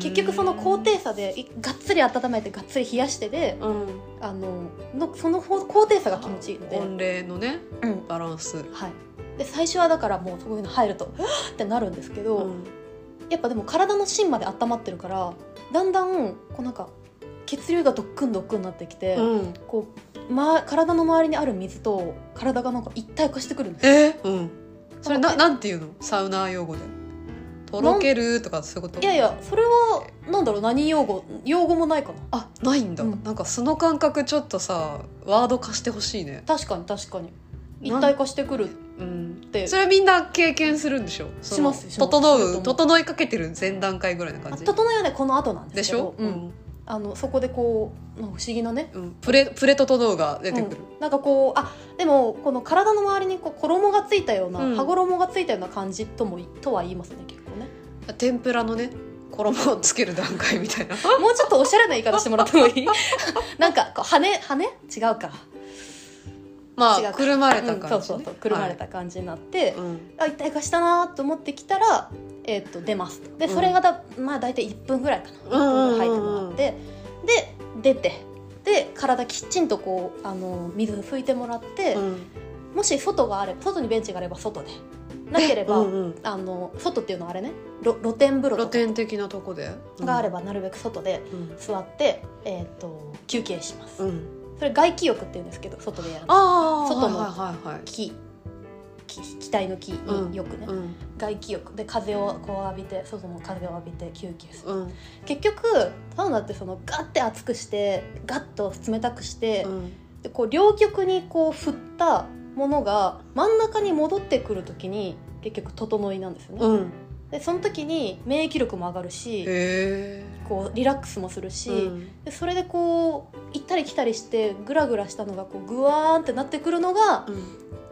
[SPEAKER 2] 結局その高低差でいがっつり温めてがっつり冷やしてで
[SPEAKER 1] うん
[SPEAKER 2] あののその方高低差が気持ちいいので,、
[SPEAKER 1] 温冷のね
[SPEAKER 2] うん
[SPEAKER 1] バランス
[SPEAKER 2] はい、で最初はだからもうそういうの入ると「はぁってなるんですけど、
[SPEAKER 1] うん
[SPEAKER 2] やっぱでも体の芯まで温まってるからだんだんこうなんか血流がドックンドックンになってきて、
[SPEAKER 1] うん、
[SPEAKER 2] こうま、体の周りにある水と体がなんか一体化してくるんですよ
[SPEAKER 1] えうんそれななんていうのサウナー用語でとろけるとかそういうこと
[SPEAKER 2] いやいやそれはなんだろう何用語用語もないかな
[SPEAKER 1] あないんだ、
[SPEAKER 2] うん
[SPEAKER 1] なんかその感覚ちょっとさワード化してほしいね
[SPEAKER 2] 確かに確かに一
[SPEAKER 1] なん
[SPEAKER 2] 体化してくるっ
[SPEAKER 1] うん
[SPEAKER 2] て
[SPEAKER 1] それみんな経験するんでしょその
[SPEAKER 2] しますします
[SPEAKER 1] 整
[SPEAKER 2] すると思
[SPEAKER 1] う
[SPEAKER 2] う
[SPEAKER 1] 整いかけてる前段階ぐらいな感
[SPEAKER 2] あ
[SPEAKER 1] じ
[SPEAKER 2] 整いはねこの後なんで
[SPEAKER 1] ですし
[SPEAKER 2] けど
[SPEAKER 1] ょ、う
[SPEAKER 2] うん
[SPEAKER 1] ん
[SPEAKER 2] あのそこでこうなんか不思議なね
[SPEAKER 1] うん、プレプレ整うが出てくる、
[SPEAKER 2] なんかこうあでもこの体の周りにこう衣がついたような、
[SPEAKER 1] うん
[SPEAKER 2] 羽衣がついたような感じともとは言いますね結構ね
[SPEAKER 1] 天ぷらのね衣をつける段階み
[SPEAKER 2] [laughs]
[SPEAKER 1] たいな
[SPEAKER 2] もうちょっとおしゃれな言い方してもらってもいい [laughs] なんかこう羽羽違うか
[SPEAKER 1] ま
[SPEAKER 2] 違う
[SPEAKER 1] あ
[SPEAKER 2] か
[SPEAKER 1] くるまれた
[SPEAKER 2] うん
[SPEAKER 1] 感じ、ね
[SPEAKER 2] そうそうそうくるまれた感じになって、
[SPEAKER 1] はいうん
[SPEAKER 2] あ一体化したなと思ってきたら、えー、と出ますとで
[SPEAKER 1] うん
[SPEAKER 2] それがだ、まあ、大体1分ぐらいかな1
[SPEAKER 1] うんうんうんうん
[SPEAKER 2] 分ぐらい入ってもらってで出てで体きちんとこうあの水拭いてもらって、
[SPEAKER 1] うん
[SPEAKER 2] もし外があれば外にベンチがあれば外でなければ、
[SPEAKER 1] うんうん
[SPEAKER 2] あの外っていうのはあれねろ露天風呂
[SPEAKER 1] 露
[SPEAKER 2] とか
[SPEAKER 1] 天的なとこで、
[SPEAKER 2] があれ
[SPEAKER 1] ば、
[SPEAKER 2] ばなるべく外で
[SPEAKER 1] うん
[SPEAKER 2] 座って、えー、と休憩します、
[SPEAKER 1] うん、
[SPEAKER 2] それ外気浴っていうんですけど外でやる
[SPEAKER 1] ああ
[SPEAKER 2] 外の
[SPEAKER 1] はいはいはいはい
[SPEAKER 2] 気気気体の気によくね、
[SPEAKER 1] うん
[SPEAKER 2] 外気浴で風をこう浴びて外の風を浴びて休憩する、
[SPEAKER 1] うん
[SPEAKER 2] 結局サウナってそのガッて熱くしてガッと冷たくして、
[SPEAKER 1] うん
[SPEAKER 2] でこう両極にこう振ったものが真ん中に戻ってくる時に結局整いなんですよね、
[SPEAKER 1] うん
[SPEAKER 2] でその時に免疫力も上がるし、
[SPEAKER 1] へ
[SPEAKER 2] こうリラックスもするし、
[SPEAKER 1] えうん
[SPEAKER 2] でそれでこう行ったり来たりしてグラグラしたのがこうグワーンってなってくるのが
[SPEAKER 1] うん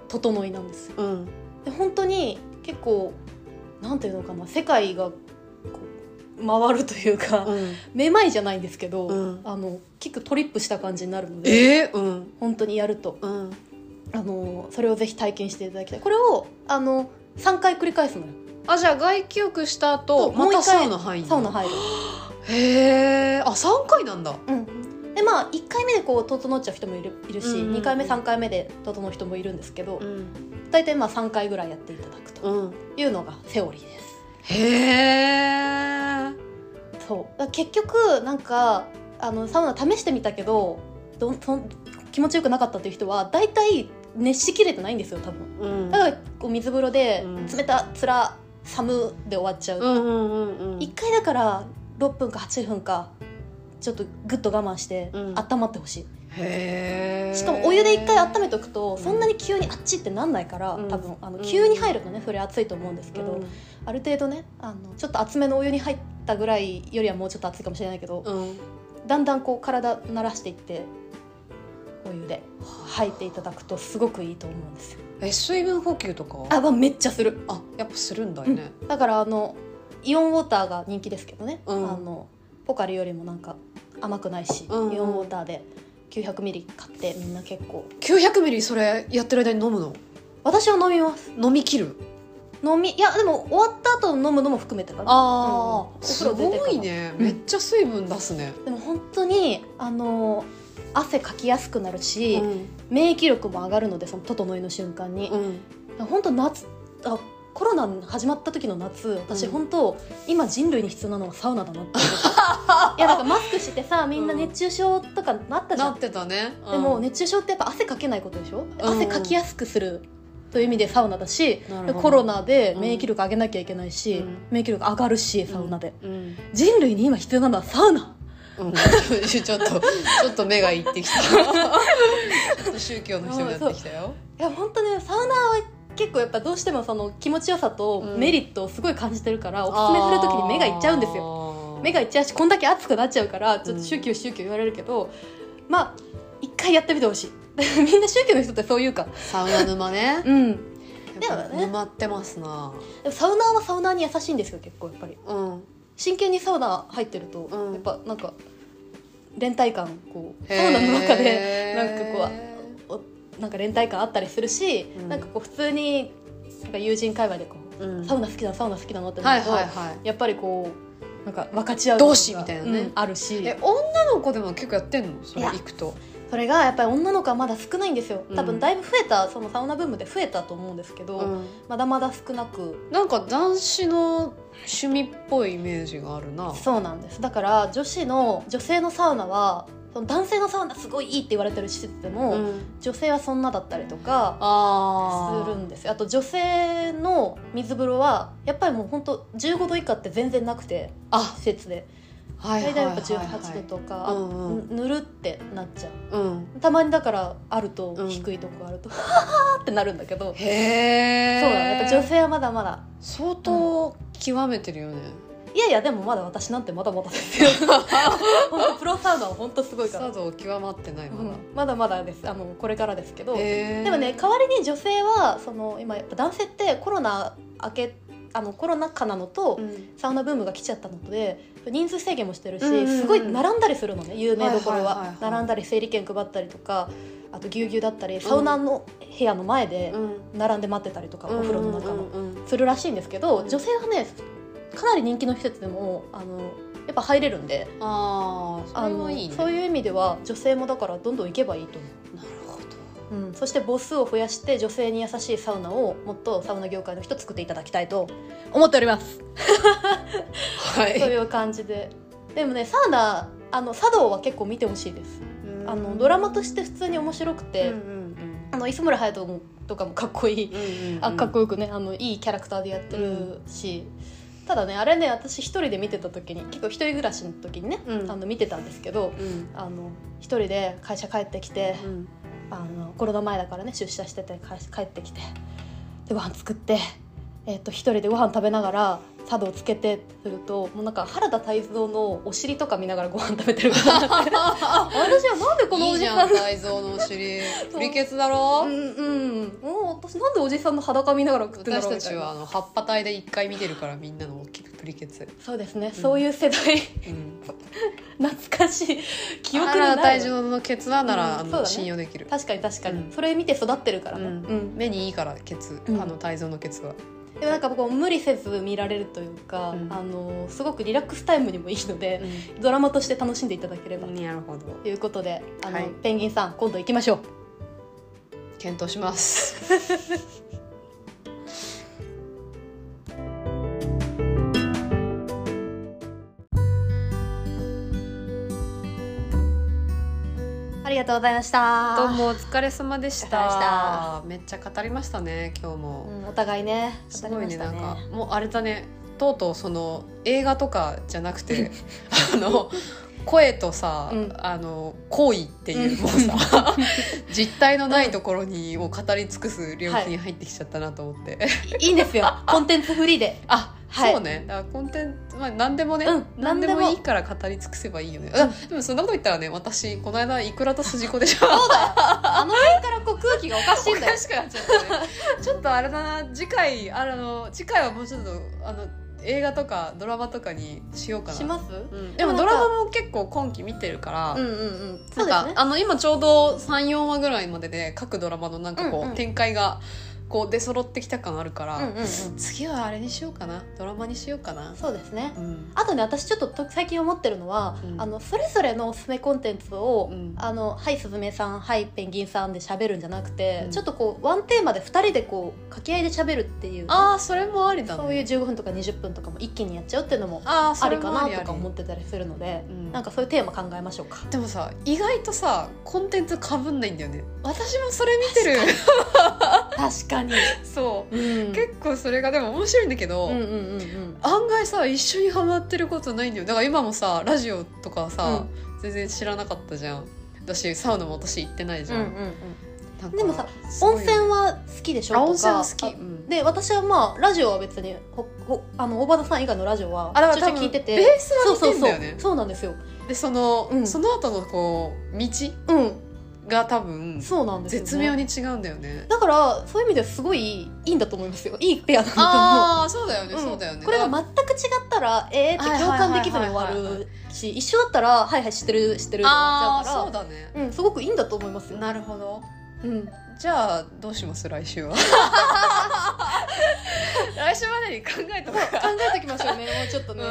[SPEAKER 2] 整いなんですよ
[SPEAKER 1] うん
[SPEAKER 2] で本当に結構なんていうのかな世界がこう回るというか、
[SPEAKER 1] うん
[SPEAKER 2] めまいじゃないんですけど、
[SPEAKER 1] うん
[SPEAKER 2] あの結構トリップした感じになるので
[SPEAKER 1] えーうん
[SPEAKER 2] 本当にやると
[SPEAKER 1] うん
[SPEAKER 2] あのそれをぜひ体験していただきたいこれをあの3回繰り返すのよ
[SPEAKER 1] あじゃあ外気浴した後
[SPEAKER 2] そう
[SPEAKER 1] ま
[SPEAKER 2] もう一
[SPEAKER 1] た
[SPEAKER 2] 回
[SPEAKER 1] サウナ入んの
[SPEAKER 2] サウナ入る、
[SPEAKER 1] へえあ三回なんだ
[SPEAKER 2] うん、でまあ1回目でこう整っちゃう人もいるいるし、
[SPEAKER 1] うんうんうん
[SPEAKER 2] 2回目3回目で整う人もいるんですけど、
[SPEAKER 1] ん
[SPEAKER 2] 大体まあ3回ぐらいやっていただくと
[SPEAKER 1] うん
[SPEAKER 2] いうのがセオリーです。
[SPEAKER 1] へえ
[SPEAKER 2] そうだから結局なんかあのサウナ試してみたけどどんどん気持ちよくなかったという人は大体熱しきれてないんですよ多分
[SPEAKER 1] うん
[SPEAKER 2] だからこう水風呂で
[SPEAKER 1] うん
[SPEAKER 2] 冷たつら寒で終わっちゃ
[SPEAKER 1] う
[SPEAKER 2] う、
[SPEAKER 1] んうんうんうん
[SPEAKER 2] 一回だから6分か8分かちょっとぐっと我慢して
[SPEAKER 1] うん
[SPEAKER 2] 温まってほしい、
[SPEAKER 1] へえ
[SPEAKER 2] しかもお湯で一回温
[SPEAKER 1] め
[SPEAKER 2] めておくと
[SPEAKER 1] ん
[SPEAKER 2] そんなに急にあっちってなんないから、
[SPEAKER 1] うん
[SPEAKER 2] 多分あの
[SPEAKER 1] うん
[SPEAKER 2] 急に入るとねそれ熱いと思うんですけど、
[SPEAKER 1] うん
[SPEAKER 2] ある程度ねあのちょっと熱めのお湯に入ったぐらいよりはもうちょっと熱いかもしれないけど、
[SPEAKER 1] うん
[SPEAKER 2] だんだんこう体慣らしていってお湯で入っていただくとすごくいいと思うんですよ
[SPEAKER 1] え水分補給とか
[SPEAKER 2] あ、まあ、めっちゃする
[SPEAKER 1] あやっぱするんだよね
[SPEAKER 2] だからあのイオンウォーターが人気ですけどね、
[SPEAKER 1] うん
[SPEAKER 2] あのポカリよりもなんか甘くないし、
[SPEAKER 1] うんうん
[SPEAKER 2] イオンウォーターで900ミリ買ってみんな結構
[SPEAKER 1] 900ミリそれやってる間に飲むの
[SPEAKER 2] 私は飲みます
[SPEAKER 1] 飲み切る
[SPEAKER 2] 飲みいやでも終わった後飲むのも含めてかな
[SPEAKER 1] あ
[SPEAKER 2] うんお
[SPEAKER 1] あ
[SPEAKER 2] 風
[SPEAKER 1] す
[SPEAKER 2] 呂出てから
[SPEAKER 1] ごいね
[SPEAKER 2] うん
[SPEAKER 1] めっちゃ水分出すね
[SPEAKER 2] でも本当にあの汗かきやすくなるし、
[SPEAKER 1] うん
[SPEAKER 2] 免疫力も上がるのでその整いの瞬間に、
[SPEAKER 1] うん
[SPEAKER 2] 本当夏あコロナ始まった時の夏私
[SPEAKER 1] うん
[SPEAKER 2] 本当、今人類に必要なのはサウナだなって思った
[SPEAKER 1] [laughs]
[SPEAKER 2] いやなんかマスクしてさみんな熱中症とかなったじゃ、
[SPEAKER 1] なんってたねうん
[SPEAKER 2] でも熱中症ってやっぱ汗かけないことでしょ、
[SPEAKER 1] うん
[SPEAKER 2] 汗かきやすくするという意味でサウナだし
[SPEAKER 1] なるほど
[SPEAKER 2] コロナで免疫力上げなきゃいけないし、
[SPEAKER 1] うん
[SPEAKER 2] 免疫力上がるしサウナで、
[SPEAKER 1] うん
[SPEAKER 2] 人類に今必要なのはサウナ
[SPEAKER 1] うん、 [laughs] ちょっとちょっと目がいってきたちょっと宗教の人になってきたよ
[SPEAKER 2] いや本当ねサウナは結構やっぱどうしてもその気持ちよさと
[SPEAKER 1] うん
[SPEAKER 2] メリットをすごい感じてるから、おすすめする時に目がいっちゃうんですよ
[SPEAKER 1] よ
[SPEAKER 2] 目がいっちゃうしこんだけ熱くなっちゃうからちょっと宗教宗教言われるけど、まあ一回やってみてほしい [laughs] みんな宗教の人ってそう言うか
[SPEAKER 1] サウナ沼ね
[SPEAKER 2] うん
[SPEAKER 1] やっぱ
[SPEAKER 2] [laughs] でもね
[SPEAKER 1] 沼ってますな
[SPEAKER 2] でもサウナーはサウナーに優しいんですよ結構やっぱり
[SPEAKER 1] うん
[SPEAKER 2] 真剣にサウナ入ってると、
[SPEAKER 1] うん
[SPEAKER 2] やっぱなんか連帯感こうサウナの中でなんかこおなんか連帯感あったりするし、
[SPEAKER 1] うん
[SPEAKER 2] なんかこう普通になんか友人会話でこう、
[SPEAKER 1] う、うん、
[SPEAKER 2] サウナ好きだサウナ好きだのってな
[SPEAKER 1] は
[SPEAKER 2] る
[SPEAKER 1] い
[SPEAKER 2] と、
[SPEAKER 1] はいはい
[SPEAKER 2] やっぱりこうなんか分かち合う
[SPEAKER 1] 同志みたいなね
[SPEAKER 2] うんあるし
[SPEAKER 1] え女の子でも結構やってんのそれ
[SPEAKER 2] いや
[SPEAKER 1] 行くと
[SPEAKER 2] それがやっぱり女の子はまだ少ないんですよ
[SPEAKER 1] うん
[SPEAKER 2] 多分だいぶ増えたそのサウナブームで増えたと思うんですけど、
[SPEAKER 1] うん
[SPEAKER 2] まだまだ少なく
[SPEAKER 1] なんか男子の趣味っぽいイメージがあるな
[SPEAKER 2] そうなんですだから女子の女性のサウナはその男性のサウナすごいいいって言われてる施設でも、
[SPEAKER 1] ん、
[SPEAKER 2] 女性はそんなだったりとか
[SPEAKER 1] ああ
[SPEAKER 2] するんですよあと女性の水風呂はやっぱりもう本当15度以下って全然なくて
[SPEAKER 1] あ
[SPEAKER 2] 施設で
[SPEAKER 1] はいは
[SPEAKER 2] 大
[SPEAKER 1] いは
[SPEAKER 2] 体
[SPEAKER 1] い、
[SPEAKER 2] やっ
[SPEAKER 1] は
[SPEAKER 2] ぱ
[SPEAKER 1] い、
[SPEAKER 2] 18度とか、
[SPEAKER 1] うんうん
[SPEAKER 2] ぬぬるってなっちゃう
[SPEAKER 1] うん
[SPEAKER 2] たまにだからあると
[SPEAKER 1] うん
[SPEAKER 2] 低いとこあ
[SPEAKER 1] [laughs]
[SPEAKER 2] ると、はははってなるんだけど
[SPEAKER 1] へえ
[SPEAKER 2] そうだねやっぱ女性はまだまだ
[SPEAKER 1] 相当極めてるよね、
[SPEAKER 2] いやいやでもまだ私なんてまだまだで
[SPEAKER 1] [laughs]
[SPEAKER 2] すよ本当プロサウナは本当すごいから、
[SPEAKER 1] 佐渡極まってないまだ、
[SPEAKER 2] うんまだまだですあのこれからですけど、
[SPEAKER 1] へー
[SPEAKER 2] でもね代わりに女性はその今やっぱ男性ってコロナ明けあのコロナ禍なのと、
[SPEAKER 1] うん
[SPEAKER 2] サウナブームが来ちゃったので人数制限もしてるし、
[SPEAKER 1] うんうんうん
[SPEAKER 2] すごい並んだりするのね有名どこ
[SPEAKER 1] はいは
[SPEAKER 2] ろは,、
[SPEAKER 1] いはいはい
[SPEAKER 2] 並んだり整理券配ったりとかあとぎゅうぎゅうだったりサウナの部屋の前で
[SPEAKER 1] うん
[SPEAKER 2] 並んで待ってたりとか、お風呂の中の、
[SPEAKER 1] うんうんうん
[SPEAKER 2] するらしいんですけど
[SPEAKER 1] うん
[SPEAKER 2] 女性はねかなり人気の施設でもあのやっぱ入れるんで
[SPEAKER 1] ああそれはいい
[SPEAKER 2] あ
[SPEAKER 1] ね
[SPEAKER 2] のそういう意味では女性もだからどんどん行けばいいと思
[SPEAKER 1] なるほど
[SPEAKER 2] う、うん、そして母数を増やして女性に優しいサウナをもっとサウナ業界の人作っていただきたいと思っております
[SPEAKER 1] は
[SPEAKER 2] という感じででもねサウナあの茶道は結構見てほしいですあのドラマとして普通に面白くて、
[SPEAKER 1] うんうん
[SPEAKER 2] あの磯村勇斗もとかもかっこいい、あかっこよくねあのいいキャラクターでやってるし、ただねあれね私一人で見てた時に結構一人暮らしの時にね、
[SPEAKER 1] うん
[SPEAKER 2] あの見てたんですけど
[SPEAKER 1] うん
[SPEAKER 2] あの一人で会社帰ってきて、
[SPEAKER 1] うん
[SPEAKER 2] あのコロナ前だからね出社してて帰帰ってきてでご飯作って、えっと一人でご飯食べながら茶道つけてするともうなんか原田泰造のお尻とか見ながらご飯食べ
[SPEAKER 1] [laughs]
[SPEAKER 2] てるから私はなんでこの
[SPEAKER 1] い
[SPEAKER 2] お
[SPEAKER 1] い
[SPEAKER 2] じ
[SPEAKER 1] じ
[SPEAKER 2] さ
[SPEAKER 1] ゃ
[SPEAKER 2] ん
[SPEAKER 1] ん泰造のお尻
[SPEAKER 2] そう
[SPEAKER 1] 理決だろ、
[SPEAKER 2] うんうんもう私なんでおじさんの裸見ながら食ってんだろ
[SPEAKER 1] 私
[SPEAKER 2] う
[SPEAKER 1] た
[SPEAKER 2] みた
[SPEAKER 1] ち
[SPEAKER 2] いな
[SPEAKER 1] はあの葉っぱ体で一回見てるからみんなの大きくプリケツ、
[SPEAKER 2] そうですね、そういう世代
[SPEAKER 1] うん、
[SPEAKER 2] 懐かしい記憶に
[SPEAKER 1] 原田
[SPEAKER 2] な
[SPEAKER 1] 泰
[SPEAKER 2] い
[SPEAKER 1] 造のケツなら、
[SPEAKER 2] うん
[SPEAKER 1] あの
[SPEAKER 2] そうだね
[SPEAKER 1] 信用できる
[SPEAKER 2] 確かに確かに、
[SPEAKER 1] うん
[SPEAKER 2] それ見て育ってるからね、
[SPEAKER 1] う
[SPEAKER 2] うんん
[SPEAKER 1] 目にいいからケツ、
[SPEAKER 2] うん
[SPEAKER 1] あの泰造のケツは
[SPEAKER 2] でもなんかこう無理せず見られるというか、
[SPEAKER 1] うん
[SPEAKER 2] あのすごくリラックスタイムにもいいので、ドラマとして楽しんでいただければ、
[SPEAKER 1] なるほど
[SPEAKER 2] ということであの、
[SPEAKER 1] はい
[SPEAKER 2] ペンギンさん今度行きましょう
[SPEAKER 1] 検討します
[SPEAKER 2] [laughs] ありがとうございました
[SPEAKER 1] どうもお疲れ様でした
[SPEAKER 2] お疲れ様
[SPEAKER 1] めっちゃ語りましたね今日も、
[SPEAKER 2] うんお互いね
[SPEAKER 1] すごいね
[SPEAKER 2] 語
[SPEAKER 1] な
[SPEAKER 2] り
[SPEAKER 1] ん
[SPEAKER 2] ました
[SPEAKER 1] かもうあれだねとうとうその映画とかじゃなくてあの声とさ、
[SPEAKER 2] うん
[SPEAKER 1] あの行為っていう
[SPEAKER 2] うん
[SPEAKER 1] もう
[SPEAKER 2] [laughs]
[SPEAKER 1] さ実体のないところにを語り尽くす領域に入ってきちゃったなと思って、
[SPEAKER 2] いいんです [laughs] よコンテンツフリーで
[SPEAKER 1] あ、
[SPEAKER 2] はい
[SPEAKER 1] そうねだからコンテンツ、まあ、何でもね、
[SPEAKER 2] うん
[SPEAKER 1] 何でも
[SPEAKER 2] 何でも
[SPEAKER 1] いいから語り尽くせばいいよね、あでもそんなこと言ったらね私この間いくらと筋子でしょ
[SPEAKER 2] そうだよあの辺からこう空 [laughs] 気がおかしいんだよ
[SPEAKER 1] しくなっちゃったねちょっとあれだな次回あの次回はもうちょっとあの映画とかドラマとかにしようかな
[SPEAKER 2] します
[SPEAKER 1] うんでも
[SPEAKER 2] で
[SPEAKER 1] ド
[SPEAKER 2] もなんか
[SPEAKER 1] ラマも結構今期見てるから、
[SPEAKER 2] うんうんうんそ
[SPEAKER 1] な
[SPEAKER 2] う
[SPEAKER 1] か、
[SPEAKER 2] んですね
[SPEAKER 1] あの今ちょうど34話ぐらいまでで各ドラマのなんかこう、
[SPEAKER 2] うんうん
[SPEAKER 1] 展開がこう出揃ってきた感あるから、
[SPEAKER 2] うんうんうん
[SPEAKER 1] 次はあれにしようかなドラマにしようかな、
[SPEAKER 2] そうですね
[SPEAKER 1] うん
[SPEAKER 2] あとね私ちょっとと最近思ってるのは、
[SPEAKER 1] うん
[SPEAKER 2] あのそれぞれのおすすめコンテンツを「
[SPEAKER 1] うん
[SPEAKER 2] あのはいすずめさんはいペンギンさん」で喋るんじゃなくて、
[SPEAKER 1] うん
[SPEAKER 2] ちょっとこうワンテーマで2人でこう掛け合いで喋るっていう
[SPEAKER 1] ああそれもありだね
[SPEAKER 2] そういう15分とか20分とかも一気にやっちゃうっていうのも
[SPEAKER 1] あーそ
[SPEAKER 2] あ
[SPEAKER 1] れ
[SPEAKER 2] り
[SPEAKER 1] も
[SPEAKER 2] か
[SPEAKER 1] あ
[SPEAKER 2] な
[SPEAKER 1] り
[SPEAKER 2] とか思
[SPEAKER 1] あ
[SPEAKER 2] ってたりするので
[SPEAKER 1] りうん
[SPEAKER 2] なんかそういうテーマ考えましょうか。
[SPEAKER 1] でもさ意外とさコンテンツかぶんないんだよね私もそれ見てる
[SPEAKER 2] 確かに、
[SPEAKER 1] [laughs] そう、
[SPEAKER 2] うん、
[SPEAKER 1] 結構それがでも面白いんだけど、
[SPEAKER 2] 構うんうんうんうん
[SPEAKER 1] 案外さ一緒にハマってることないんだよだから今もさラジオとかさ、全然知らなかったじゃんだしサウナも私行ってないじ
[SPEAKER 2] う
[SPEAKER 1] ゃ
[SPEAKER 2] ん
[SPEAKER 1] ん,
[SPEAKER 2] う
[SPEAKER 1] なんか、
[SPEAKER 2] んでもさ温泉は好きでしょ
[SPEAKER 1] あ
[SPEAKER 2] とか
[SPEAKER 1] 温泉は好き、うん
[SPEAKER 2] で私はまあラジオは別にほほあの大場さん以外のラジオは
[SPEAKER 1] あだから
[SPEAKER 2] ちょ
[SPEAKER 1] 多
[SPEAKER 2] いちょい
[SPEAKER 1] 分
[SPEAKER 2] 聞いてて
[SPEAKER 1] ベースは似てんだよね
[SPEAKER 2] そうそうそうそうなんですよ
[SPEAKER 1] でその、
[SPEAKER 2] うん
[SPEAKER 1] その後のこう道
[SPEAKER 2] うん
[SPEAKER 1] が多分
[SPEAKER 2] そうなんですよ、ね、
[SPEAKER 1] 絶妙に違うんだよね
[SPEAKER 2] だからそういう意味ではすごいいいんだと思いますよいいペアだ
[SPEAKER 1] あ
[SPEAKER 2] な
[SPEAKER 1] あそうだよ
[SPEAKER 2] と
[SPEAKER 1] ね、
[SPEAKER 2] 思う、
[SPEAKER 1] そう
[SPEAKER 2] ん
[SPEAKER 1] だよね
[SPEAKER 2] これが全く違ったらえーって共感できずに終わ
[SPEAKER 1] はいはいはいはい
[SPEAKER 2] るし一緒だったらはいはい知ってる知ってる
[SPEAKER 1] あ
[SPEAKER 2] だ
[SPEAKER 1] あ
[SPEAKER 2] から
[SPEAKER 1] そうだね
[SPEAKER 2] うん、すごくいいんだと思いますよ。
[SPEAKER 1] なるほど
[SPEAKER 2] うん、
[SPEAKER 1] じゃあどうします来 [laughs] 週は来週までに考えと
[SPEAKER 2] 考えておきましょう [laughs] ね、もうちょっとね。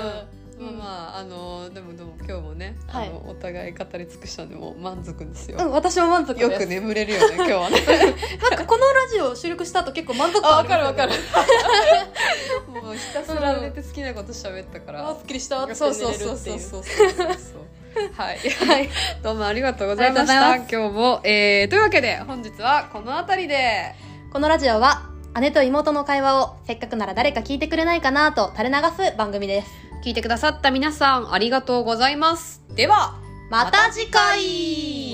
[SPEAKER 1] うん、まあまああのでもでも今日もね、
[SPEAKER 2] はい
[SPEAKER 1] あのお互い語り尽くしたんでもう満足ですよ、
[SPEAKER 2] うん、私も満足です。
[SPEAKER 1] よく眠れるよね今日はね [laughs]
[SPEAKER 2] なんかこのラジオ収録した後結構満足感ありますよね。
[SPEAKER 1] [laughs] もうひたすら寝て好きなこと喋ったか
[SPEAKER 2] あ
[SPEAKER 1] ら
[SPEAKER 2] ー、、すっきりしたって寝
[SPEAKER 1] そう
[SPEAKER 2] れるってい。
[SPEAKER 1] そううそうそうそうそうそう [laughs] はい
[SPEAKER 2] はい、
[SPEAKER 1] どうもありがとうございました
[SPEAKER 2] あり
[SPEAKER 1] 今日も、えー、というわけで本日はこの辺りで
[SPEAKER 2] このラジオは姉と妹の会話をせっかくなら誰か聞いてくれないかなと垂れ流す番組です。
[SPEAKER 1] 聞いてくださった皆さんありがとうございますでは
[SPEAKER 2] また次回